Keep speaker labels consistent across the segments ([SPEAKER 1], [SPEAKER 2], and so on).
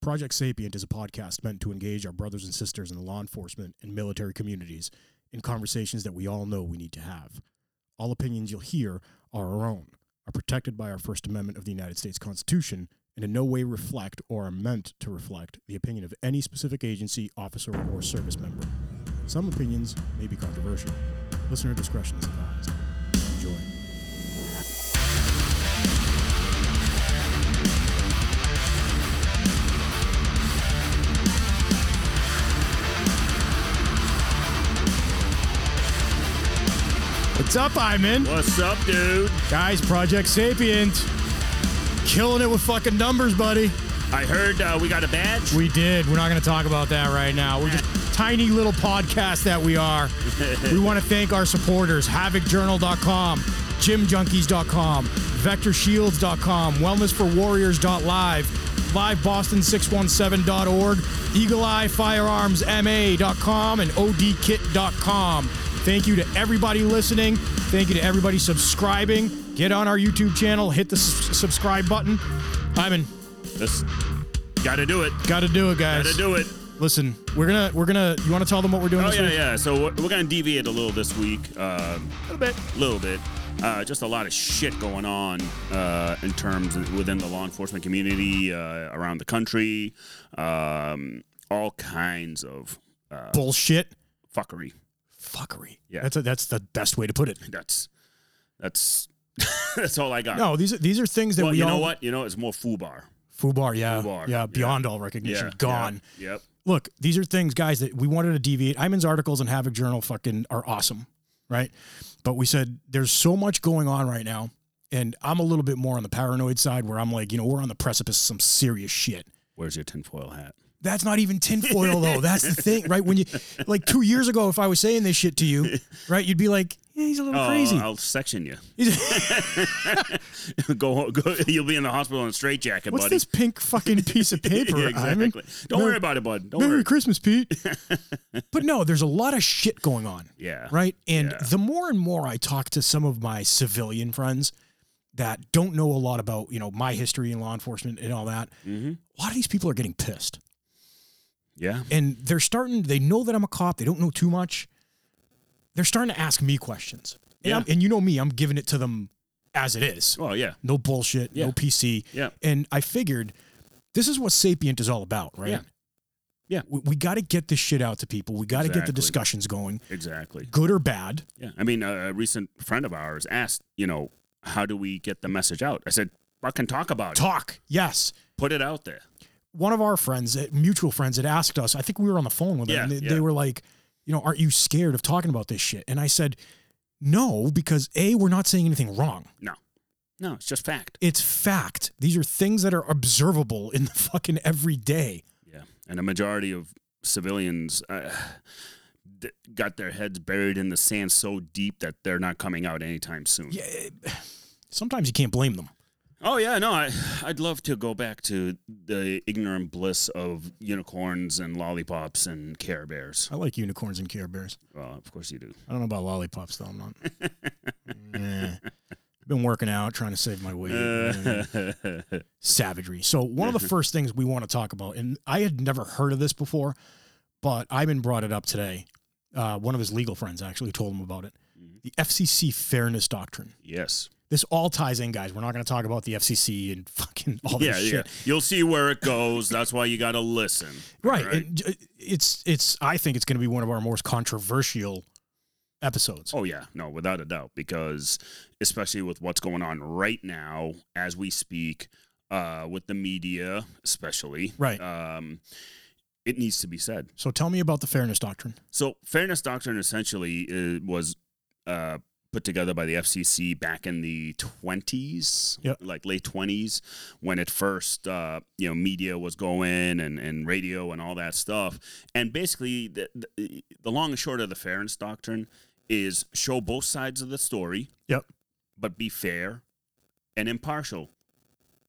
[SPEAKER 1] Project Sapient is a podcast meant to engage our brothers and sisters in the law enforcement and military communities in conversations that we all know we need to have. All opinions you'll hear are our own, are protected by our First Amendment of the United States Constitution, and in no way reflect or are meant to reflect the opinion of any specific agency, officer, or service member. Some opinions may be controversial. Listener discretion is advised. Enjoy. What's up, Iman?
[SPEAKER 2] What's up, dude?
[SPEAKER 1] Guys, Project Sapient. Killing it with fucking numbers, buddy.
[SPEAKER 2] I heard uh, we got a badge.
[SPEAKER 1] We did. We're not going to talk about that right now. We're just tiny little podcast that we are. we want to thank our supporters havocjournal.com, gymjunkies.com, vectorshields.com, wellnessforwarriors.live, liveboston617.org, eagleeyefirearmsma.com, and odkit.com. Thank you to everybody listening. Thank you to everybody subscribing. Get on our YouTube channel, hit the s- subscribe button. Ivan,
[SPEAKER 2] Just gotta do it.
[SPEAKER 1] got to do it, guys.
[SPEAKER 2] Gotta do it.
[SPEAKER 1] Listen, we're gonna we're gonna. You want to tell them what we're doing
[SPEAKER 2] Oh
[SPEAKER 1] this
[SPEAKER 2] yeah,
[SPEAKER 1] week?
[SPEAKER 2] yeah. So we're, we're gonna deviate a little this week. A little bit. little bit. Uh, just a lot of shit going on uh, in terms of within the law enforcement community uh, around the country. Um, all kinds of uh,
[SPEAKER 1] Bullshit,
[SPEAKER 2] fuckery.
[SPEAKER 1] fuckery.
[SPEAKER 2] Yeah.
[SPEAKER 1] that's a, that's the best way to put it.
[SPEAKER 2] That's that's that's all I got.
[SPEAKER 1] No, these are these are things that
[SPEAKER 2] well,
[SPEAKER 1] we
[SPEAKER 2] you
[SPEAKER 1] all
[SPEAKER 2] know what? You know it's more foobar.
[SPEAKER 1] Fubar, yeah,
[SPEAKER 2] Fubar,
[SPEAKER 1] yeah,
[SPEAKER 2] yeah.
[SPEAKER 1] beyond all recognition,
[SPEAKER 2] Yeah.
[SPEAKER 1] gone.
[SPEAKER 2] Yeah, yep.
[SPEAKER 1] Look, these are things, guys, that we wanted to deviate. Iman's articles in Havoc Journal fucking are awesome, right? But we said there's so much going on right now, and I'm a little bit more on the paranoid side where I'm like, you know, we're on the precipice of some serious shit.
[SPEAKER 2] Where's your tinfoil hat?
[SPEAKER 1] That's not even tinfoil though. That's the thing, right? When you like two years ago, if I was saying this shit to you, right, you'd be like, yeah, he's a little
[SPEAKER 2] Oh,
[SPEAKER 1] crazy.
[SPEAKER 2] I'll section you.
[SPEAKER 1] He's-
[SPEAKER 2] go, go. You'll be in the hospital in a straitjacket,
[SPEAKER 1] What's
[SPEAKER 2] buddy.
[SPEAKER 1] this pink fucking piece of paper?
[SPEAKER 2] yeah,
[SPEAKER 1] Ivan?
[SPEAKER 2] exactly. Don't
[SPEAKER 1] Merry-
[SPEAKER 2] worry about it, bud. Don't
[SPEAKER 1] Merry
[SPEAKER 2] worry.
[SPEAKER 1] Christmas, Pete. but no, there's a lot of shit going on,
[SPEAKER 2] Yeah.
[SPEAKER 1] right? And
[SPEAKER 2] Yeah.
[SPEAKER 1] the more and more I talk to some of my civilian friends that don't know a lot about, you know, my history in law enforcement and all that,
[SPEAKER 2] hmm
[SPEAKER 1] a lot of these people are getting pissed.
[SPEAKER 2] Yeah.
[SPEAKER 1] And they're starting, they know that I'm a cop, they don't know too much. They're starting to ask me questions. And,
[SPEAKER 2] Yeah.
[SPEAKER 1] I'm, and you know me, I'm giving it to them as it is.
[SPEAKER 2] Well, yeah.
[SPEAKER 1] No bullshit,
[SPEAKER 2] Yeah.
[SPEAKER 1] no PC.
[SPEAKER 2] Yeah.
[SPEAKER 1] And I figured this is what Sapient is all about, right?
[SPEAKER 2] Yeah. Yeah.
[SPEAKER 1] We, we got to get this shit out to people. We got to get the
[SPEAKER 2] Exactly.
[SPEAKER 1] discussions going,
[SPEAKER 2] Exactly.
[SPEAKER 1] good or bad.
[SPEAKER 2] Yeah. I mean, a, a recent friend of ours asked, you know, how do we get the message out? I said, fucking talk about it.
[SPEAKER 1] Talk. Yes.
[SPEAKER 2] Put it out there.
[SPEAKER 1] One of our friends, uh, mutual friends, had asked us, I think we were on the phone with them.
[SPEAKER 2] Yeah,
[SPEAKER 1] and they,
[SPEAKER 2] yeah.
[SPEAKER 1] they were like, you know, aren't you scared of talking about this shit? And I said, no, because A, we're not saying anything wrong.
[SPEAKER 2] No. No, it's just fact.
[SPEAKER 1] It's fact. These are things that are observable in the fucking everyday.
[SPEAKER 2] Yeah. And a majority of civilians uh, th- got their heads buried in the sand so deep that they're not coming out anytime soon.
[SPEAKER 1] Yeah, it- sometimes you can't blame them.
[SPEAKER 2] Oh yeah, no, I I'd love to go back to the ignorant bliss of unicorns and lollipops and Care Bears.
[SPEAKER 1] I like unicorns and Care Bears.
[SPEAKER 2] Well, of course you do.
[SPEAKER 1] I don't know about lollipops though. I'm not. Eh. Been working out, trying to save my weight.
[SPEAKER 2] Uh.
[SPEAKER 1] Eh. Savagery. So one of the first things we want to talk about, and I had never heard of this before, but Ivan brought it up today. Uh, one of his legal friends actually told him about it.
[SPEAKER 2] Mm-hmm.
[SPEAKER 1] The FCC fairness doctrine.
[SPEAKER 2] yes.
[SPEAKER 1] This all ties in, guys. We're not going to talk about the FCC and fucking all this
[SPEAKER 2] yeah,
[SPEAKER 1] shit.
[SPEAKER 2] yeah. You'll see where it goes. That's why you got to listen.
[SPEAKER 1] right,
[SPEAKER 2] All
[SPEAKER 1] And j- it's it's i think it's going to be one of our most controversial episodes
[SPEAKER 2] Oh yeah, no, without a doubt, because especially with what's going on right now as we speak, uh, with the media, especially,
[SPEAKER 1] Right.
[SPEAKER 2] Um, it needs to be said.
[SPEAKER 1] so tell me about the fairness doctrine
[SPEAKER 2] So, fairness doctrine essentially uh, was uh, put together by the FCC back in the 20s,
[SPEAKER 1] Yep.
[SPEAKER 2] like late 20s, when it first, uh, you know, media was going and, and radio and all that stuff. And basically, the, the, the long and short of the fairness doctrine is show both sides of the story,
[SPEAKER 1] yep
[SPEAKER 2] but be fair and impartial.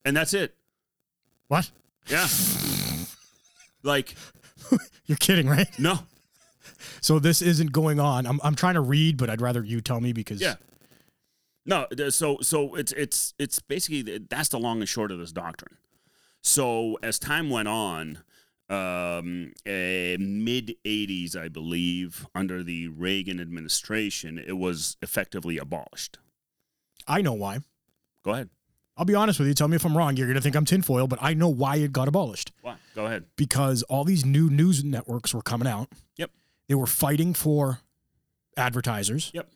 [SPEAKER 2] And that's it.
[SPEAKER 1] what
[SPEAKER 2] Yeah. like,
[SPEAKER 1] you're kidding right
[SPEAKER 2] no.
[SPEAKER 1] so this isn't going on i'm, I'm trying to read but i'd rather you tell me because
[SPEAKER 2] Yeah. No, th- so so it's it's it's basically th- that's the long and short of this doctrine. So as time went on, um, mid 80s, I believe, under the Reagan administration, it was effectively abolished.
[SPEAKER 1] I know why.
[SPEAKER 2] Go ahead.
[SPEAKER 1] I'll be honest with you. Tell me if I'm wrong. You're going to think I'm tinfoil, but I know why it got abolished
[SPEAKER 2] Why? Go ahead.
[SPEAKER 1] because all these new news networks were coming out.
[SPEAKER 2] Yep.
[SPEAKER 1] They were fighting for advertisers.
[SPEAKER 2] Yep.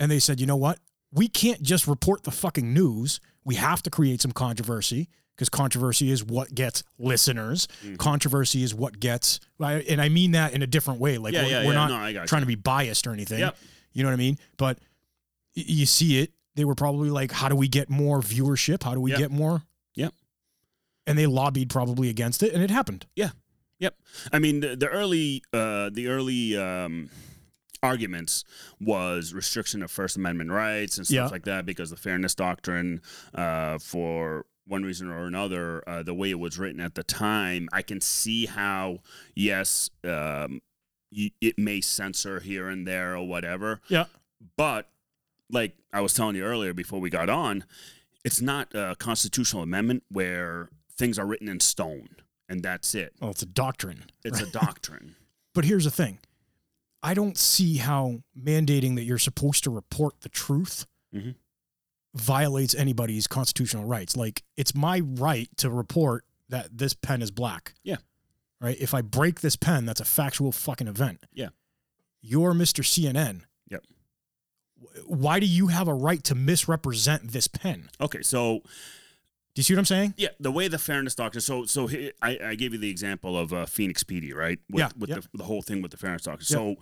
[SPEAKER 1] And they said, you know what? We can't just report the fucking news. We have to create some controversy because controversy is what gets listeners.
[SPEAKER 2] Mhm.
[SPEAKER 1] Controversy is what gets, I- and I mean that in a different way. Like,
[SPEAKER 2] yeah,
[SPEAKER 1] we're,
[SPEAKER 2] yeah,
[SPEAKER 1] we're
[SPEAKER 2] yeah.
[SPEAKER 1] not
[SPEAKER 2] no, I got
[SPEAKER 1] trying to be biased or anything.
[SPEAKER 2] Yep.
[SPEAKER 1] You know what I mean? But y- you see it. They were probably like, how do we get more viewership? How do we
[SPEAKER 2] Yep.
[SPEAKER 1] get more?
[SPEAKER 2] Yep.
[SPEAKER 1] And they lobbied probably against it, and it happened.
[SPEAKER 2] I mean, the, the early, uh, the early um, arguments was restriction of First Amendment rights and stuff
[SPEAKER 1] Yeah.
[SPEAKER 2] like that because the fairness doctrine, uh, for one reason or another, uh, the way it was written at the time, I can see how, yes, um, y- it may censor here and there or whatever.
[SPEAKER 1] Yeah.
[SPEAKER 2] But like I was telling you earlier before we got on, it's not a constitutional amendment where things are written in stone and that's it.
[SPEAKER 1] Well, it's a doctrine.
[SPEAKER 2] It's a doctrine.
[SPEAKER 1] But here's the thing I don't see how mandating that you're supposed to report the truth
[SPEAKER 2] Mhm.
[SPEAKER 1] violates anybody's constitutional rights. Like, it's my right to report that this pen is black.
[SPEAKER 2] Yeah.
[SPEAKER 1] Right? If I break this pen, that's a factual fucking event.
[SPEAKER 2] Yeah.
[SPEAKER 1] You're Mr. CNN.
[SPEAKER 2] Yep.
[SPEAKER 1] Wh- Why do you have a right to misrepresent this pen?
[SPEAKER 2] Okay, so
[SPEAKER 1] Do you see what I'm saying?
[SPEAKER 2] yeah, the way the fairness doctrine. So so he- I, I gave you the example of uh, Phoenix PD, right? With,
[SPEAKER 1] Yeah,
[SPEAKER 2] With
[SPEAKER 1] yeah.
[SPEAKER 2] The, the whole thing with the fairness doctrine.
[SPEAKER 1] Yeah.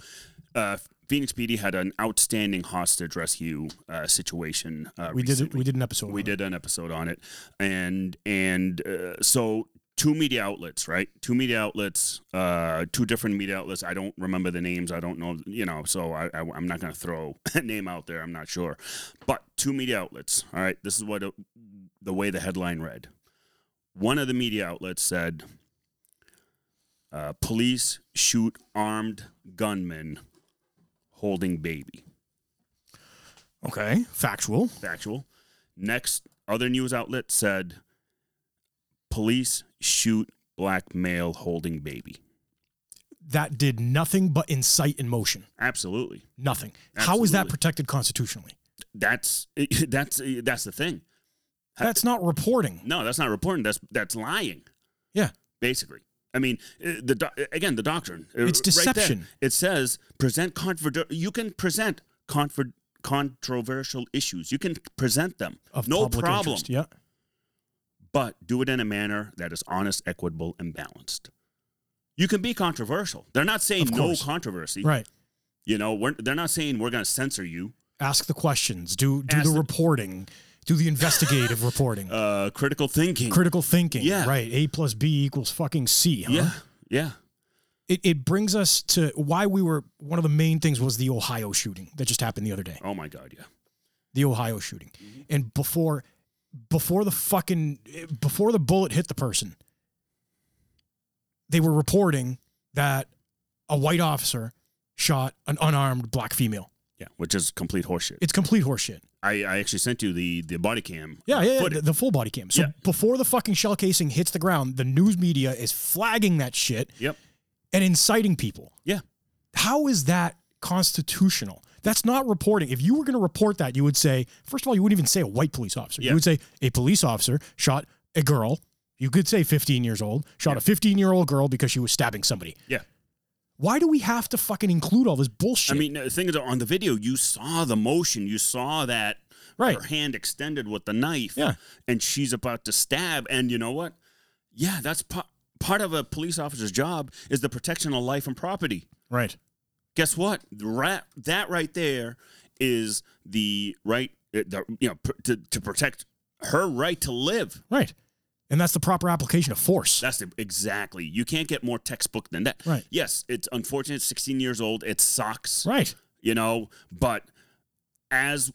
[SPEAKER 2] So uh, Phoenix PD had an outstanding hostage rescue uh, situation. Uh,
[SPEAKER 1] We did
[SPEAKER 2] recently.
[SPEAKER 1] we did an episode.
[SPEAKER 2] we
[SPEAKER 1] on it.
[SPEAKER 2] did an episode on it and and uh, so two media outlets right two media outlets uh two different media outlets i don't remember the names i don't know you know so i, I i'm not going to throw a name out there i'm not sure but two media outlets all right this is what it, the way the headline read one of the media outlets said uh, police shoot armed gunmen holding baby
[SPEAKER 1] Okay. Factual.
[SPEAKER 2] factual. Next, other news outlet said, "Police shoot black male holding baby."
[SPEAKER 1] That did nothing but incite emotion.
[SPEAKER 2] Absolutely,
[SPEAKER 1] Nothing. How is that
[SPEAKER 2] Absolutely.
[SPEAKER 1] protected constitutionally?
[SPEAKER 2] that's that's that's the thing. Ha-
[SPEAKER 1] That's not reporting.
[SPEAKER 2] No, that's not reporting. That's that's lying.
[SPEAKER 1] Yeah.
[SPEAKER 2] basically. I mean, uh, the doc- again the doctrine. uh,
[SPEAKER 1] It's
[SPEAKER 2] right there,
[SPEAKER 1] deception.
[SPEAKER 2] it says present controver- You can present confer- controversial issues. You can present them.
[SPEAKER 1] Of
[SPEAKER 2] no
[SPEAKER 1] public
[SPEAKER 2] problem.
[SPEAKER 1] interest. Yeah.
[SPEAKER 2] but do it in a manner that is honest, equitable, and balanced. You can be controversial. They're not saying
[SPEAKER 1] Of
[SPEAKER 2] no
[SPEAKER 1] course.
[SPEAKER 2] controversy.
[SPEAKER 1] Right.
[SPEAKER 2] You know, we're, they're not saying we're going to censor you.
[SPEAKER 1] Ask the questions. Do do
[SPEAKER 2] Ask
[SPEAKER 1] the
[SPEAKER 2] the-
[SPEAKER 1] reporting. Do the investigative reporting.
[SPEAKER 2] Uh, critical thinking.
[SPEAKER 1] Critical thinking.
[SPEAKER 2] Yeah.
[SPEAKER 1] Right. A plus B equals fucking C. Huh?
[SPEAKER 2] Yeah, yeah,
[SPEAKER 1] It, it brings us to why we were one of the main things was the Ohio shooting that just happened the other day.
[SPEAKER 2] Oh my God, yeah.
[SPEAKER 1] The Ohio shooting. And before before the fucking before the bullet hit the person, they were reporting that a white officer shot an unarmed black female.
[SPEAKER 2] Yeah, which is complete horseshit.
[SPEAKER 1] It's complete horseshit.
[SPEAKER 2] I, I actually sent you the the body cam.
[SPEAKER 1] Yeah, yeah, yeah
[SPEAKER 2] footage.
[SPEAKER 1] the, the full body cam. So
[SPEAKER 2] Yeah.
[SPEAKER 1] before the fucking shell casing hits the ground, the news media is flagging that shit
[SPEAKER 2] Yep.
[SPEAKER 1] and inciting people.
[SPEAKER 2] Yeah.
[SPEAKER 1] How is that constitutional? That's not reporting. If you were going to report that, you would say, first of all, you wouldn't even say a white police officer.
[SPEAKER 2] Yeah.
[SPEAKER 1] You would say a police officer shot a girl. You could say 15 years old, shot a 15 year old girl because she was stabbing somebody.
[SPEAKER 2] Yeah.
[SPEAKER 1] Why do we have to fucking include all this bullshit?
[SPEAKER 2] I mean, the thing is, on the video, you saw the motion. You saw that
[SPEAKER 1] Right.
[SPEAKER 2] her hand extended with the knife.
[SPEAKER 1] Yeah.
[SPEAKER 2] And she's about to stab. And you know what? Yeah, that's pa- part of a police officer's job is the protection of life and property.
[SPEAKER 1] right.
[SPEAKER 2] Guess what? Ra- that right there is the right, uh, the, you know, pr- to, to protect her right to live.
[SPEAKER 1] Right. And that's the proper application of force.
[SPEAKER 2] That's the, exactly. You can't get more textbook than that.
[SPEAKER 1] Right.
[SPEAKER 2] Yes, it's unfortunate. 16 years old. It sucks.
[SPEAKER 1] right.
[SPEAKER 2] you know but as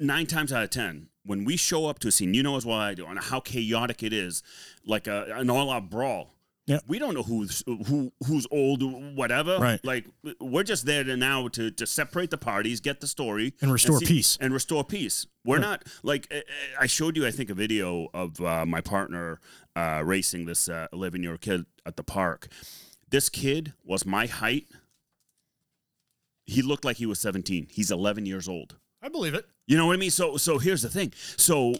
[SPEAKER 2] nine times out of ten when we show up to a scene you know as well i do on how chaotic it is like a, an all-out brawl
[SPEAKER 1] Yeah.
[SPEAKER 2] We don't know who's who who's old, whatever.
[SPEAKER 1] Right.
[SPEAKER 2] Like we're just there to now to, to separate the parties, get the story,
[SPEAKER 1] And restore peace.
[SPEAKER 2] and restore peace. We're not like eh, eh, I showed you. I think a video of uh, my partner uh, racing this uh, 11 year old kid at the park. This kid was my height. He looked like he was 17. He's 11 years old.
[SPEAKER 1] I believe it.
[SPEAKER 2] You know what I mean? So so here's the thing. So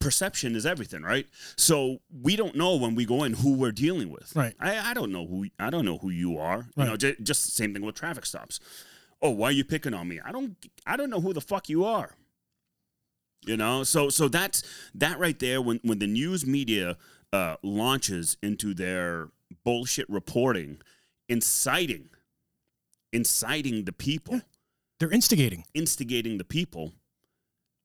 [SPEAKER 2] perception is everything, right? So we don't know when we go in who we're dealing with.
[SPEAKER 1] Right.
[SPEAKER 2] I, I don't know who I don't know who you are. You know,
[SPEAKER 1] Right.
[SPEAKER 2] j- just the same thing with traffic stops. Oh, why are you picking on me? I don't I don't know who the fuck you are. You know, so so that's that right there. When when the news media uh, launches into their bullshit reporting, inciting, inciting the people,
[SPEAKER 1] They're instigating.
[SPEAKER 2] instigating the people,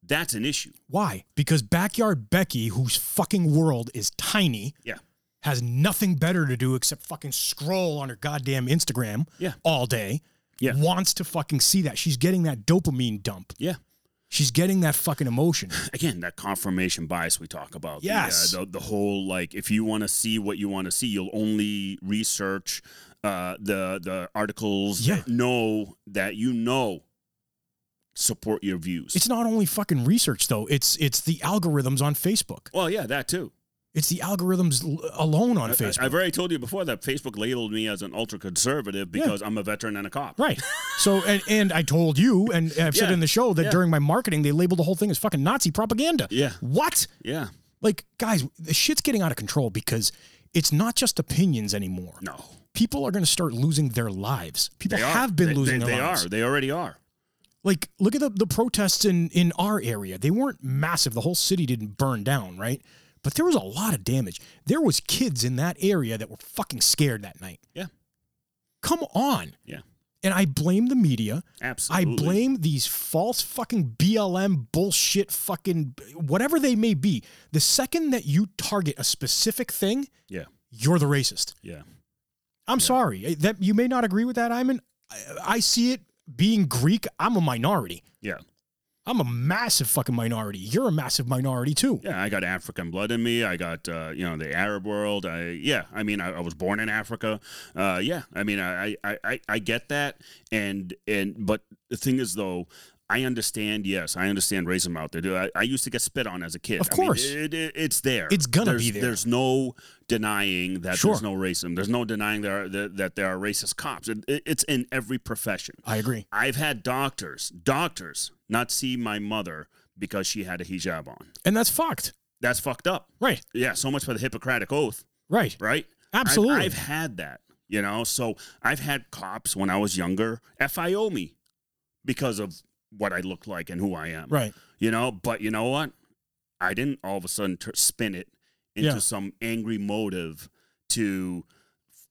[SPEAKER 2] that's an issue.
[SPEAKER 1] Why? Because backyard Becky, whose fucking world is tiny,
[SPEAKER 2] Yeah.
[SPEAKER 1] has nothing better to do except fucking scroll on her goddamn Instagram
[SPEAKER 2] Yeah.
[SPEAKER 1] all day.
[SPEAKER 2] Yeah.
[SPEAKER 1] Wants to fucking see that. She's getting that dopamine dump.
[SPEAKER 2] Yeah.
[SPEAKER 1] She's getting that fucking emotion.
[SPEAKER 2] Again, that confirmation bias we talk about. The, uh,
[SPEAKER 1] Yes.
[SPEAKER 2] The, the, whole like, if you want to see what you want to see, you'll only research uh, the the articles
[SPEAKER 1] Yeah.
[SPEAKER 2] that know that you know support your views.
[SPEAKER 1] It's not only fucking research though. It's it's the algorithms on Facebook.
[SPEAKER 2] well, yeah, that too.
[SPEAKER 1] It's the algorithms l- alone on
[SPEAKER 2] I-
[SPEAKER 1] Facebook.
[SPEAKER 2] I've already told you before that Facebook labeled me as an ultra conservative because I'm a veteran and a cop.
[SPEAKER 1] Right. So and, and I told you and I've said
[SPEAKER 2] Yeah.
[SPEAKER 1] in the show that
[SPEAKER 2] Yeah.
[SPEAKER 1] during my marketing they labeled the whole thing as fucking Nazi propaganda.
[SPEAKER 2] Yeah.
[SPEAKER 1] What?
[SPEAKER 2] Yeah.
[SPEAKER 1] Like guys, the shit's getting out of control because it's not just opinions anymore.
[SPEAKER 2] No.
[SPEAKER 1] People are going to start losing their lives. People
[SPEAKER 2] They are.
[SPEAKER 1] have been
[SPEAKER 2] They-
[SPEAKER 1] losing
[SPEAKER 2] they,
[SPEAKER 1] their
[SPEAKER 2] they
[SPEAKER 1] lives.
[SPEAKER 2] are. They already are.
[SPEAKER 1] Like look at the, the protests in in our area. They weren't massive. The whole city didn't burn down, right? But there was a lot of damage. There was kids in that area that were fucking scared that night.
[SPEAKER 2] Yeah.
[SPEAKER 1] Come on.
[SPEAKER 2] Yeah.
[SPEAKER 1] And I blame the media. I
[SPEAKER 2] Absolutely.
[SPEAKER 1] blame these false fucking BLM bullshit fucking whatever they may be. The second that you target a specific thing,
[SPEAKER 2] Yeah.
[SPEAKER 1] you're the racist.
[SPEAKER 2] Yeah.
[SPEAKER 1] I'm sorry Eh, that you may not agree with that, Iman. I, I see it being Greek. I'm a minority.
[SPEAKER 2] Yeah.
[SPEAKER 1] I'm a massive fucking minority. You're a massive minority too.
[SPEAKER 2] Yeah, I got African blood in me. I got uh, you know the Arab world. I yeah, I mean I, I was born in Africa. Uh, yeah, I mean I, I, I, I get that. And and but the thing is though, I understand. Yes, I understand racism out there. Dude, I, I used to get spit on as a kid.
[SPEAKER 1] Of
[SPEAKER 2] I mean,
[SPEAKER 1] course.
[SPEAKER 2] it, it- it's there.
[SPEAKER 1] It's gonna
[SPEAKER 2] There's-
[SPEAKER 1] be there.
[SPEAKER 2] There's no denying that
[SPEAKER 1] Sure.
[SPEAKER 2] there's no racism. There's no denying there are, that, that there are racist cops. It, it- it's in every profession.
[SPEAKER 1] I agree.
[SPEAKER 2] I've had doctors, doctors, not see my mother because she had a hijab on.
[SPEAKER 1] And that's fucked.
[SPEAKER 2] That's fucked up.
[SPEAKER 1] Right.
[SPEAKER 2] Yeah, so much for the Hippocratic Oath,
[SPEAKER 1] Right.
[SPEAKER 2] right?
[SPEAKER 1] Absolutely.
[SPEAKER 2] I've, I've had that, you know. So I've had cops when I was younger FIO me because of what I look like and who I am,
[SPEAKER 1] Right.
[SPEAKER 2] you know. But you know what? I didn't all of a sudden tur spin it into
[SPEAKER 1] Yeah.
[SPEAKER 2] some angry motive to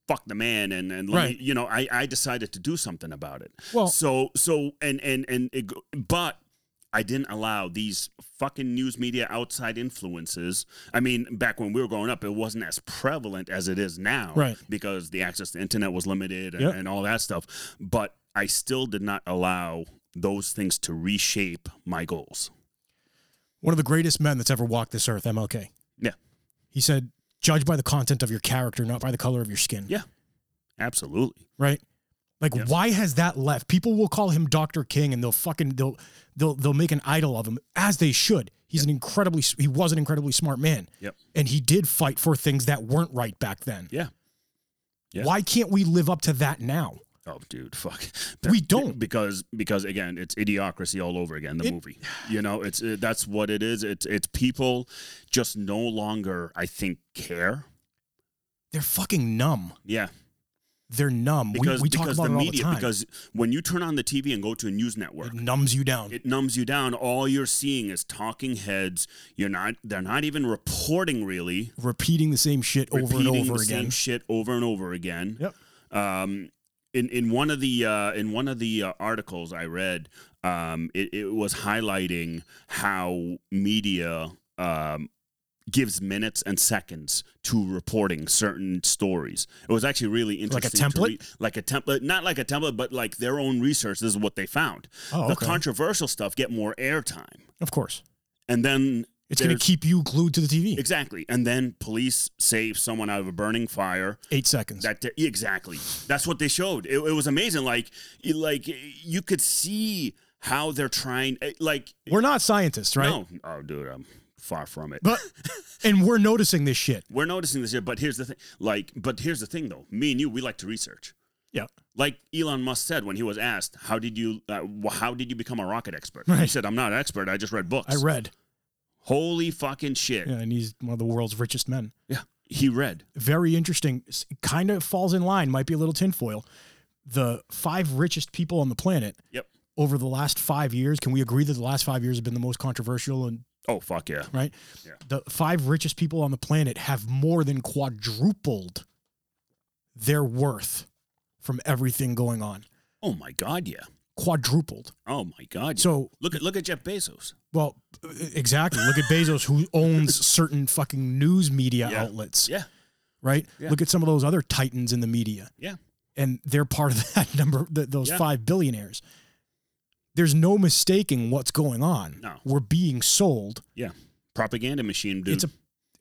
[SPEAKER 2] fuck the man and and let
[SPEAKER 1] Right.
[SPEAKER 2] me, you know I I decided to do something about it.
[SPEAKER 1] Well,
[SPEAKER 2] So so and and and it, go- but I didn't allow these fucking news media outside influences. I mean, back when we were growing up, it wasn't as prevalent as it is now,
[SPEAKER 1] Right.
[SPEAKER 2] Because the access to internet was limited and,
[SPEAKER 1] Yep.
[SPEAKER 2] and all that stuff. But I still did not allow those things to reshape my goals.
[SPEAKER 1] one of the greatest men that's ever walked this earth, MLK.
[SPEAKER 2] Yeah.
[SPEAKER 1] He said, "Judge by the content of your character, not by the color of your skin."
[SPEAKER 2] Yeah. Absolutely.
[SPEAKER 1] right? Like,
[SPEAKER 2] Yes.
[SPEAKER 1] why has that left? People will call him Dr. King, and they'll fucking they'll they'll they'll make an idol of him, as they should. He's an incredibly s- he was an incredibly smart man,
[SPEAKER 2] Yep.
[SPEAKER 1] and he did fight for things that weren't right back then.
[SPEAKER 2] Yeah. Yeah.
[SPEAKER 1] Why can't we live up to that now?
[SPEAKER 2] Oh, dude, fuck.
[SPEAKER 1] We don't.
[SPEAKER 2] because because again, it's idiocracy all over again. The
[SPEAKER 1] It-
[SPEAKER 2] movie, you know, it's uh that's what it is. It's it's people just no longer, I think, care.
[SPEAKER 1] They're fucking numb.
[SPEAKER 2] Yeah,
[SPEAKER 1] They're numb.
[SPEAKER 2] because
[SPEAKER 1] we, we talk
[SPEAKER 2] because
[SPEAKER 1] about
[SPEAKER 2] the
[SPEAKER 1] it all
[SPEAKER 2] media,
[SPEAKER 1] the time.
[SPEAKER 2] because when you turn on the TV and go to a news network,
[SPEAKER 1] it numbs you down.
[SPEAKER 2] it numbs you down. All you're seeing is talking heads. You're not. They're not even reporting really.
[SPEAKER 1] repeating the same shit over and
[SPEAKER 2] repeating
[SPEAKER 1] over
[SPEAKER 2] the
[SPEAKER 1] again.
[SPEAKER 2] same shit over and over again.
[SPEAKER 1] Yep.
[SPEAKER 2] Um, in in one of the uh, in one of the uh, articles I read, um, it, it was highlighting how media um, gives minutes and seconds to reporting certain stories. It was actually really
[SPEAKER 1] Like a
[SPEAKER 2] interesting. to
[SPEAKER 1] template?
[SPEAKER 2] read- like a template, not like a template, but like their own research. This is what they found.
[SPEAKER 1] oh,
[SPEAKER 2] The
[SPEAKER 1] okay.
[SPEAKER 2] controversial stuff get more airtime
[SPEAKER 1] of course.
[SPEAKER 2] and then
[SPEAKER 1] It's going to
[SPEAKER 2] There's-
[SPEAKER 1] keep you glued to the TV.
[SPEAKER 2] Exactly. And then police save someone out of a burning fire.
[SPEAKER 1] Eight seconds.
[SPEAKER 2] That day- exactly. That's what they showed. It, it was amazing. Like, you- like you could see how they're trying. eh, Like,
[SPEAKER 1] we're not scientists, right?
[SPEAKER 2] no, oh, dude, I'm far from it.
[SPEAKER 1] But and we're noticing this shit.
[SPEAKER 2] We're noticing this here. But here's the thing. Like, but here's the thing, though. Me and you, we like to research.
[SPEAKER 1] Yeah.
[SPEAKER 2] Like Elon Musk said when he was asked, "How did you? Uh, wh- how did you become a rocket expert?" He
[SPEAKER 1] Right.
[SPEAKER 2] said, "I'm not an expert. I just read books."
[SPEAKER 1] I read.
[SPEAKER 2] Holy fucking shit!
[SPEAKER 1] Yeah, and he's one of the world's richest men.
[SPEAKER 2] yeah. He read.
[SPEAKER 1] Very interesting. Kind of falls in line, might be a little tinfoil. The five richest people on the planet
[SPEAKER 2] Yep.
[SPEAKER 1] over the last five years. Can we agree that the last five years have been the most controversial and
[SPEAKER 2] Oh fuck yeah!
[SPEAKER 1] right?
[SPEAKER 2] Yeah.
[SPEAKER 1] The five richest people on the planet have more than quadrupled their worth from everything going on.
[SPEAKER 2] Oh my god yeah!
[SPEAKER 1] Quadrupled.
[SPEAKER 2] Oh my god!
[SPEAKER 1] So,
[SPEAKER 2] So look at look at Jeff Bezos.
[SPEAKER 1] well, exactly. Look at Bezos, who owns certain fucking news media
[SPEAKER 2] Yeah.
[SPEAKER 1] outlets,
[SPEAKER 2] Yeah,
[SPEAKER 1] right?
[SPEAKER 2] Yeah.
[SPEAKER 1] Look at some of those other titans in the media.
[SPEAKER 2] Yeah.
[SPEAKER 1] And they're part of that number, th- those
[SPEAKER 2] Yeah.
[SPEAKER 1] five billionaires. There's no mistaking what's going on.
[SPEAKER 2] No.
[SPEAKER 1] We're being sold.
[SPEAKER 2] propaganda machine, dude.
[SPEAKER 1] It's a.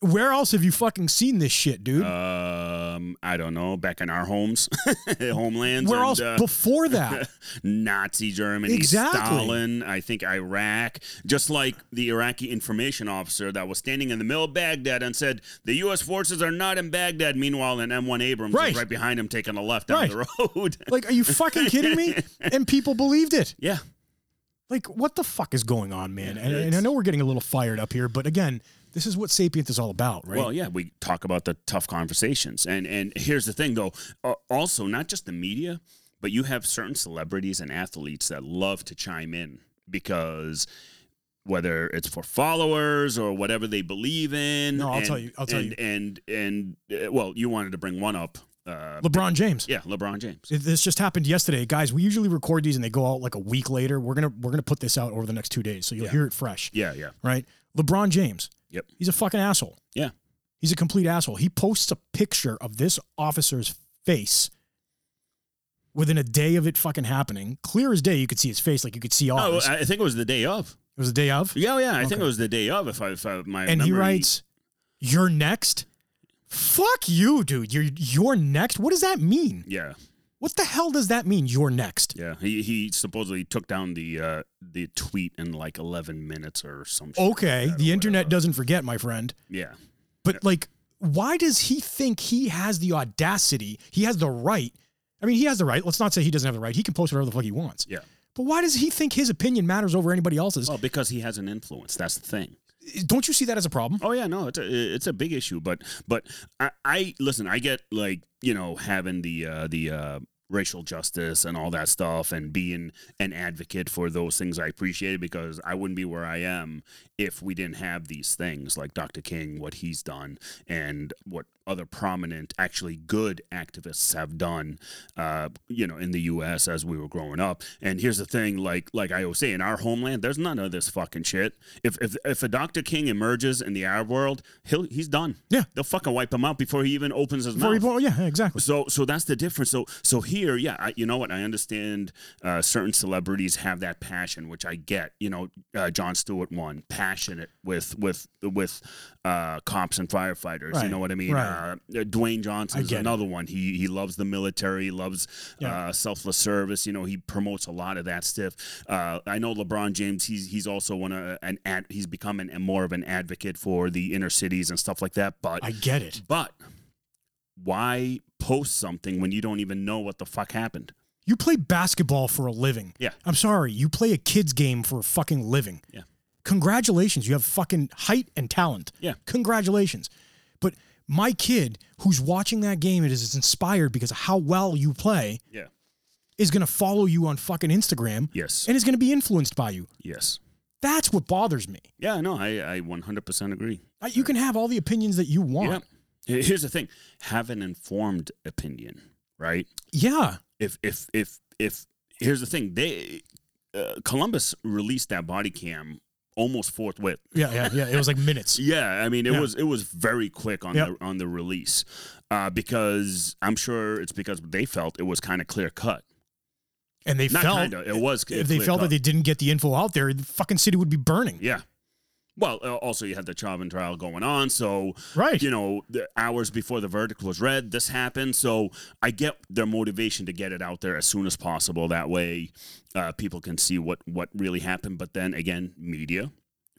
[SPEAKER 1] Where else have you fucking seen this shit, dude?
[SPEAKER 2] Uh, um, I don't know. Back in our homes, homelands.
[SPEAKER 1] Where
[SPEAKER 2] and,
[SPEAKER 1] else
[SPEAKER 2] uh,
[SPEAKER 1] before that?
[SPEAKER 2] Nazi Germany,
[SPEAKER 1] Exactly.
[SPEAKER 2] Stalin, I think Iraq, just like the Iraqi information officer that was standing in the middle of Baghdad and said, the U.S. forces are not in Baghdad. Meanwhile, an M1 Abrams
[SPEAKER 1] Right.
[SPEAKER 2] is right behind him taking a left down
[SPEAKER 1] Right.
[SPEAKER 2] the road.
[SPEAKER 1] like, are you fucking kidding me? And people believed it.
[SPEAKER 2] yeah.
[SPEAKER 1] Like, what the fuck is going on, man?
[SPEAKER 2] Yeah,
[SPEAKER 1] And, and I
[SPEAKER 2] it's-
[SPEAKER 1] know we're getting a little fired up here, but again, this is what Sapient is all about, right?
[SPEAKER 2] Well, yeah, we talk about the tough conversations. And, and here's the thing, though. Uh, also, not just the media, but you have certain celebrities and athletes that love to chime in because whether it's for followers or whatever they believe in.
[SPEAKER 1] No, I'll
[SPEAKER 2] and-
[SPEAKER 1] tell you- I'll tell
[SPEAKER 2] and,
[SPEAKER 1] you.
[SPEAKER 2] And, and, uh, well, you wanted to bring one up. Uh,
[SPEAKER 1] LeBron James.
[SPEAKER 2] yeah, LeBron James.
[SPEAKER 1] It- This just happened yesterday, guys. We usually record these and they go out like a week later. We're gonna we're gonna put this out over the next two days, so you'll
[SPEAKER 2] Yeah.
[SPEAKER 1] hear it fresh,
[SPEAKER 2] Yeah, yeah.
[SPEAKER 1] right? LeBron James.
[SPEAKER 2] Yep.
[SPEAKER 1] He's a fucking asshole.
[SPEAKER 2] Yeah.
[SPEAKER 1] He's a complete asshole. He posts a picture of this officer's face within a day of it fucking happening. Clear as day, you could see his face, like you could see all.
[SPEAKER 2] Oh,
[SPEAKER 1] this.
[SPEAKER 2] I I think it was the day of.
[SPEAKER 1] It was the day of.
[SPEAKER 2] Yeah, yeah. I think
[SPEAKER 1] Okay.
[SPEAKER 2] it was the day of. If I, if I my
[SPEAKER 1] and he
[SPEAKER 2] memory-
[SPEAKER 1] writes, You're next? Fuck you, dude. You're you're next? What does that mean?
[SPEAKER 2] Yeah,
[SPEAKER 1] What the hell does that mean? You're next.
[SPEAKER 2] Yeah, he he supposedly took down the uh, the tweet in like eleven minutes or something.
[SPEAKER 1] Okay. The internet doesn't forget, my friend.
[SPEAKER 2] Yeah,
[SPEAKER 1] But like, why does he think he has the audacity? He has the right. I mean, he has the right. Let's not say he doesn't have the right. He can post whatever the fuck he wants.
[SPEAKER 2] yeah.
[SPEAKER 1] But why does he think his opinion matters over anybody else's?
[SPEAKER 2] Well, because he has an influence. That's the thing.
[SPEAKER 1] Don't you see that as a problem?
[SPEAKER 2] Oh yeah, no, it's a it's a big issue. But but I, I listen. I get like you know having the uh, the uh, racial justice and all that stuff, and being an advocate for those things. I appreciate it because I wouldn't be where I am if we didn't have these things like Dr. King, what he's done, and what other prominent, actually good activists have done. Uh, you know, in the U.S. as we were growing up. And here's the thing, like like I always say, in our homeland, there's none of this fucking shit. If if if a Dr. King emerges in the Arab world, he'll he's done.
[SPEAKER 1] Yeah.
[SPEAKER 2] they'll fucking wipe him out before he even opens his
[SPEAKER 1] Before
[SPEAKER 2] mouth.
[SPEAKER 1] he- well, yeah, exactly.
[SPEAKER 2] So so that's the difference. So so here, yeah, I, you know what? I understand uh, certain celebrities have that passion, which I get. You know, uh, John Stewart one passionate with with with uh, cops and firefighters. You
[SPEAKER 1] Right,
[SPEAKER 2] know what I mean?
[SPEAKER 1] right.
[SPEAKER 2] Uh, Dwayne
[SPEAKER 1] I
[SPEAKER 2] Johnson's
[SPEAKER 1] get it.
[SPEAKER 2] another one. He he loves the military, loves
[SPEAKER 1] Yeah.
[SPEAKER 2] uh, selfless service. You know, he promotes a lot of that stuff. Uh, I know LeBron James. He's he's also one of an ad, he's become an, more of an advocate for the inner cities and stuff like that. But
[SPEAKER 1] I get it.
[SPEAKER 2] but why post something when you don't even know what the fuck happened?
[SPEAKER 1] You play basketball for a living.
[SPEAKER 2] Yeah.
[SPEAKER 1] I'm sorry, you play a kid's game for a fucking living.
[SPEAKER 2] Yeah.
[SPEAKER 1] Congratulations, you have fucking height and talent.
[SPEAKER 2] Yeah.
[SPEAKER 1] Congratulations. But my kid who's watching that game and is inspired because of how well you play
[SPEAKER 2] Yeah.
[SPEAKER 1] is going to follow you on fucking Instagram
[SPEAKER 2] Yes.
[SPEAKER 1] and is going to be influenced by you.
[SPEAKER 2] Yes.
[SPEAKER 1] That's what bothers me.
[SPEAKER 2] Yeah, no, I, I 100% agree.
[SPEAKER 1] Uh, You can have all the opinions that you
[SPEAKER 2] Yeah.
[SPEAKER 1] want.
[SPEAKER 2] Here- Here's the thing have an informed opinion, right?
[SPEAKER 1] Yeah.
[SPEAKER 2] If, if, if, if, here's the thing they, uh, Columbus released that body cam almost forthwith.
[SPEAKER 1] Yeah, yeah, yeah. It was like minutes.
[SPEAKER 2] Yeah, I mean it
[SPEAKER 1] Yeah.
[SPEAKER 2] was it was very quick on
[SPEAKER 1] Yep.
[SPEAKER 2] the on the release, uh, because I'm sure it's because they felt it was kind of clear cut.
[SPEAKER 1] And they
[SPEAKER 2] Not
[SPEAKER 1] felt
[SPEAKER 2] kind of, it was.
[SPEAKER 1] if they felt that they didn't get the info out there, the fucking city would be burning.
[SPEAKER 2] Yeah. Well, uh, also you had the Chauvin trial going on, so
[SPEAKER 1] Right.
[SPEAKER 2] you know the hours before the verdict was read, this happened. So I get their motivation to get it out there as soon as possible. That way, uh, people can see what what really happened. But then again, media,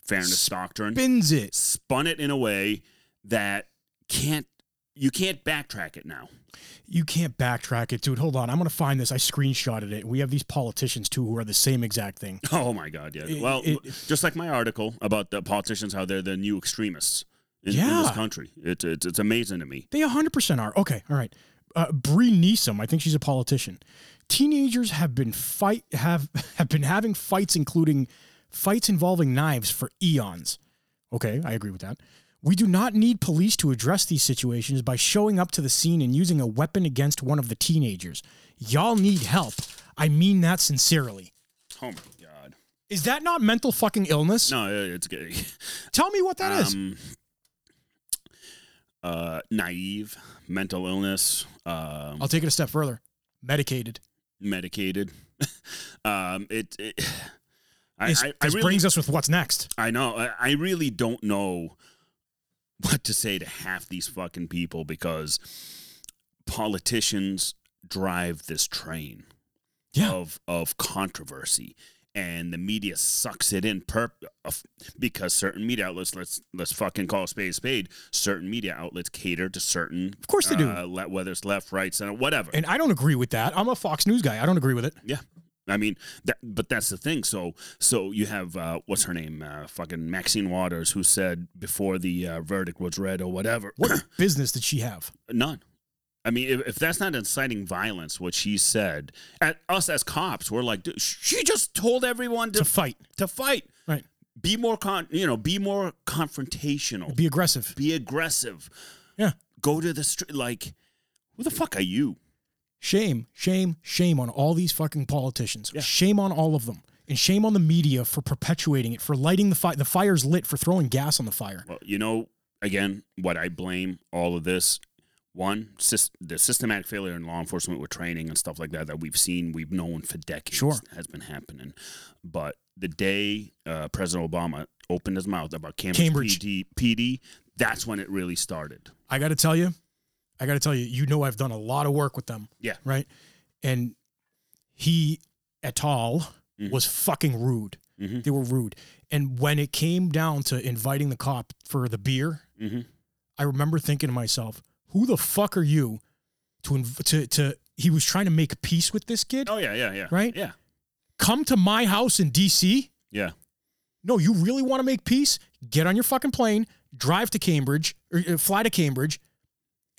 [SPEAKER 2] fairness doctrine,
[SPEAKER 1] Spins it.
[SPEAKER 2] spun it in a way that can't you can't backtrack it now.
[SPEAKER 1] You can't backtrack it, dude. Hold on. I'm going to find this. I screenshotted it. We have these politicians, too, who are the same exact thing.
[SPEAKER 2] Oh my God! Yeah.
[SPEAKER 1] It-
[SPEAKER 2] well,
[SPEAKER 1] it-
[SPEAKER 2] just like my article about the politicians, how they're the new extremists in, in this
[SPEAKER 1] Yeah.
[SPEAKER 2] country. It's it's it's amazing to me.
[SPEAKER 1] They 100% are. Okay, all right. Uh, Bree Neeson, I think she's a politician. Teenagers have been fight have have been having fights, including fights involving knives, for eons. Okay, I agree with that. We do not need police to address these situations by showing up to the scene and using a weapon against one of the teenagers. Y'all need help. I mean that sincerely.
[SPEAKER 2] Oh my God!
[SPEAKER 1] Is that not mental fucking illness?
[SPEAKER 2] No, it- it's good.
[SPEAKER 1] Tell me what that is.
[SPEAKER 2] um, uh, naive, mental illness, um,
[SPEAKER 1] I'll take it a step further. Medicated.
[SPEAKER 2] medicated. um, it. it I,
[SPEAKER 1] This,
[SPEAKER 2] I, I
[SPEAKER 1] this
[SPEAKER 2] really,
[SPEAKER 1] brings us with what's next.
[SPEAKER 2] I know. I, I really don't know what to say to half these fucking people because politicians drive this train
[SPEAKER 1] Yeah.
[SPEAKER 2] of of controversy and the media sucks it in perp of- because certain media outlets let's let's fucking call a spade a spade certain media outlets cater to certain
[SPEAKER 1] Of course they do.
[SPEAKER 2] uh, le- whether it's left right center whatever
[SPEAKER 1] And I don't agree with that. I'm a Fox News guy. I don't agree with it.
[SPEAKER 2] yeah i mean that but that's the thing so so you have uh, what's her name uh, fucking maxine waters who said before the uh, verdict was read or whatever
[SPEAKER 1] What business did she have?
[SPEAKER 2] None. I mean, if, if that's not inciting violence, what she said, at us as cops, we're like, dude, she just told everyone to,
[SPEAKER 1] To fight,
[SPEAKER 2] to fight.
[SPEAKER 1] right?
[SPEAKER 2] Be more con, you know, be more confrontational. Be,
[SPEAKER 1] Be aggressive.
[SPEAKER 2] aggressive.
[SPEAKER 1] Yeah.
[SPEAKER 2] Go to the street. Like, who the fuck are you?
[SPEAKER 1] Shame, shame, shame on all these fucking politicians.
[SPEAKER 2] Yeah.
[SPEAKER 1] Shame on all of them. And shame on the media for perpetuating it, for lighting the fire. The fire's lit, for throwing gas on the fire.
[SPEAKER 2] Well, you know, again, what I blame all of this. One, sys- the systematic failure in law enforcement with training and stuff like that that we've seen, we've known for decades,
[SPEAKER 1] Sure.
[SPEAKER 2] has been happening. But the day uh, President Obama opened his mouth about Cambridge,
[SPEAKER 1] Cambridge.
[SPEAKER 2] PD, PD, that's when it really started.
[SPEAKER 1] I got to tell you, I got to tell you, you know, I've done a lot of work with them.
[SPEAKER 2] Yeah.
[SPEAKER 1] Right. And he et al.
[SPEAKER 2] Mhm.
[SPEAKER 1] was fucking rude.
[SPEAKER 2] Mhm.
[SPEAKER 1] They were rude. And when it came down to inviting the cop for the beer,
[SPEAKER 2] Mm-hmm.
[SPEAKER 1] I remember thinking to myself, "Who the fuck are you to inv- to to?" He was trying to make peace with this kid.
[SPEAKER 2] Oh yeah, yeah, yeah.
[SPEAKER 1] Right?
[SPEAKER 2] Yeah,
[SPEAKER 1] Come to my house in D.C.
[SPEAKER 2] yeah.
[SPEAKER 1] No, you really want to make peace? Get on your fucking plane, drive to Cambridge, or uh, fly to Cambridge,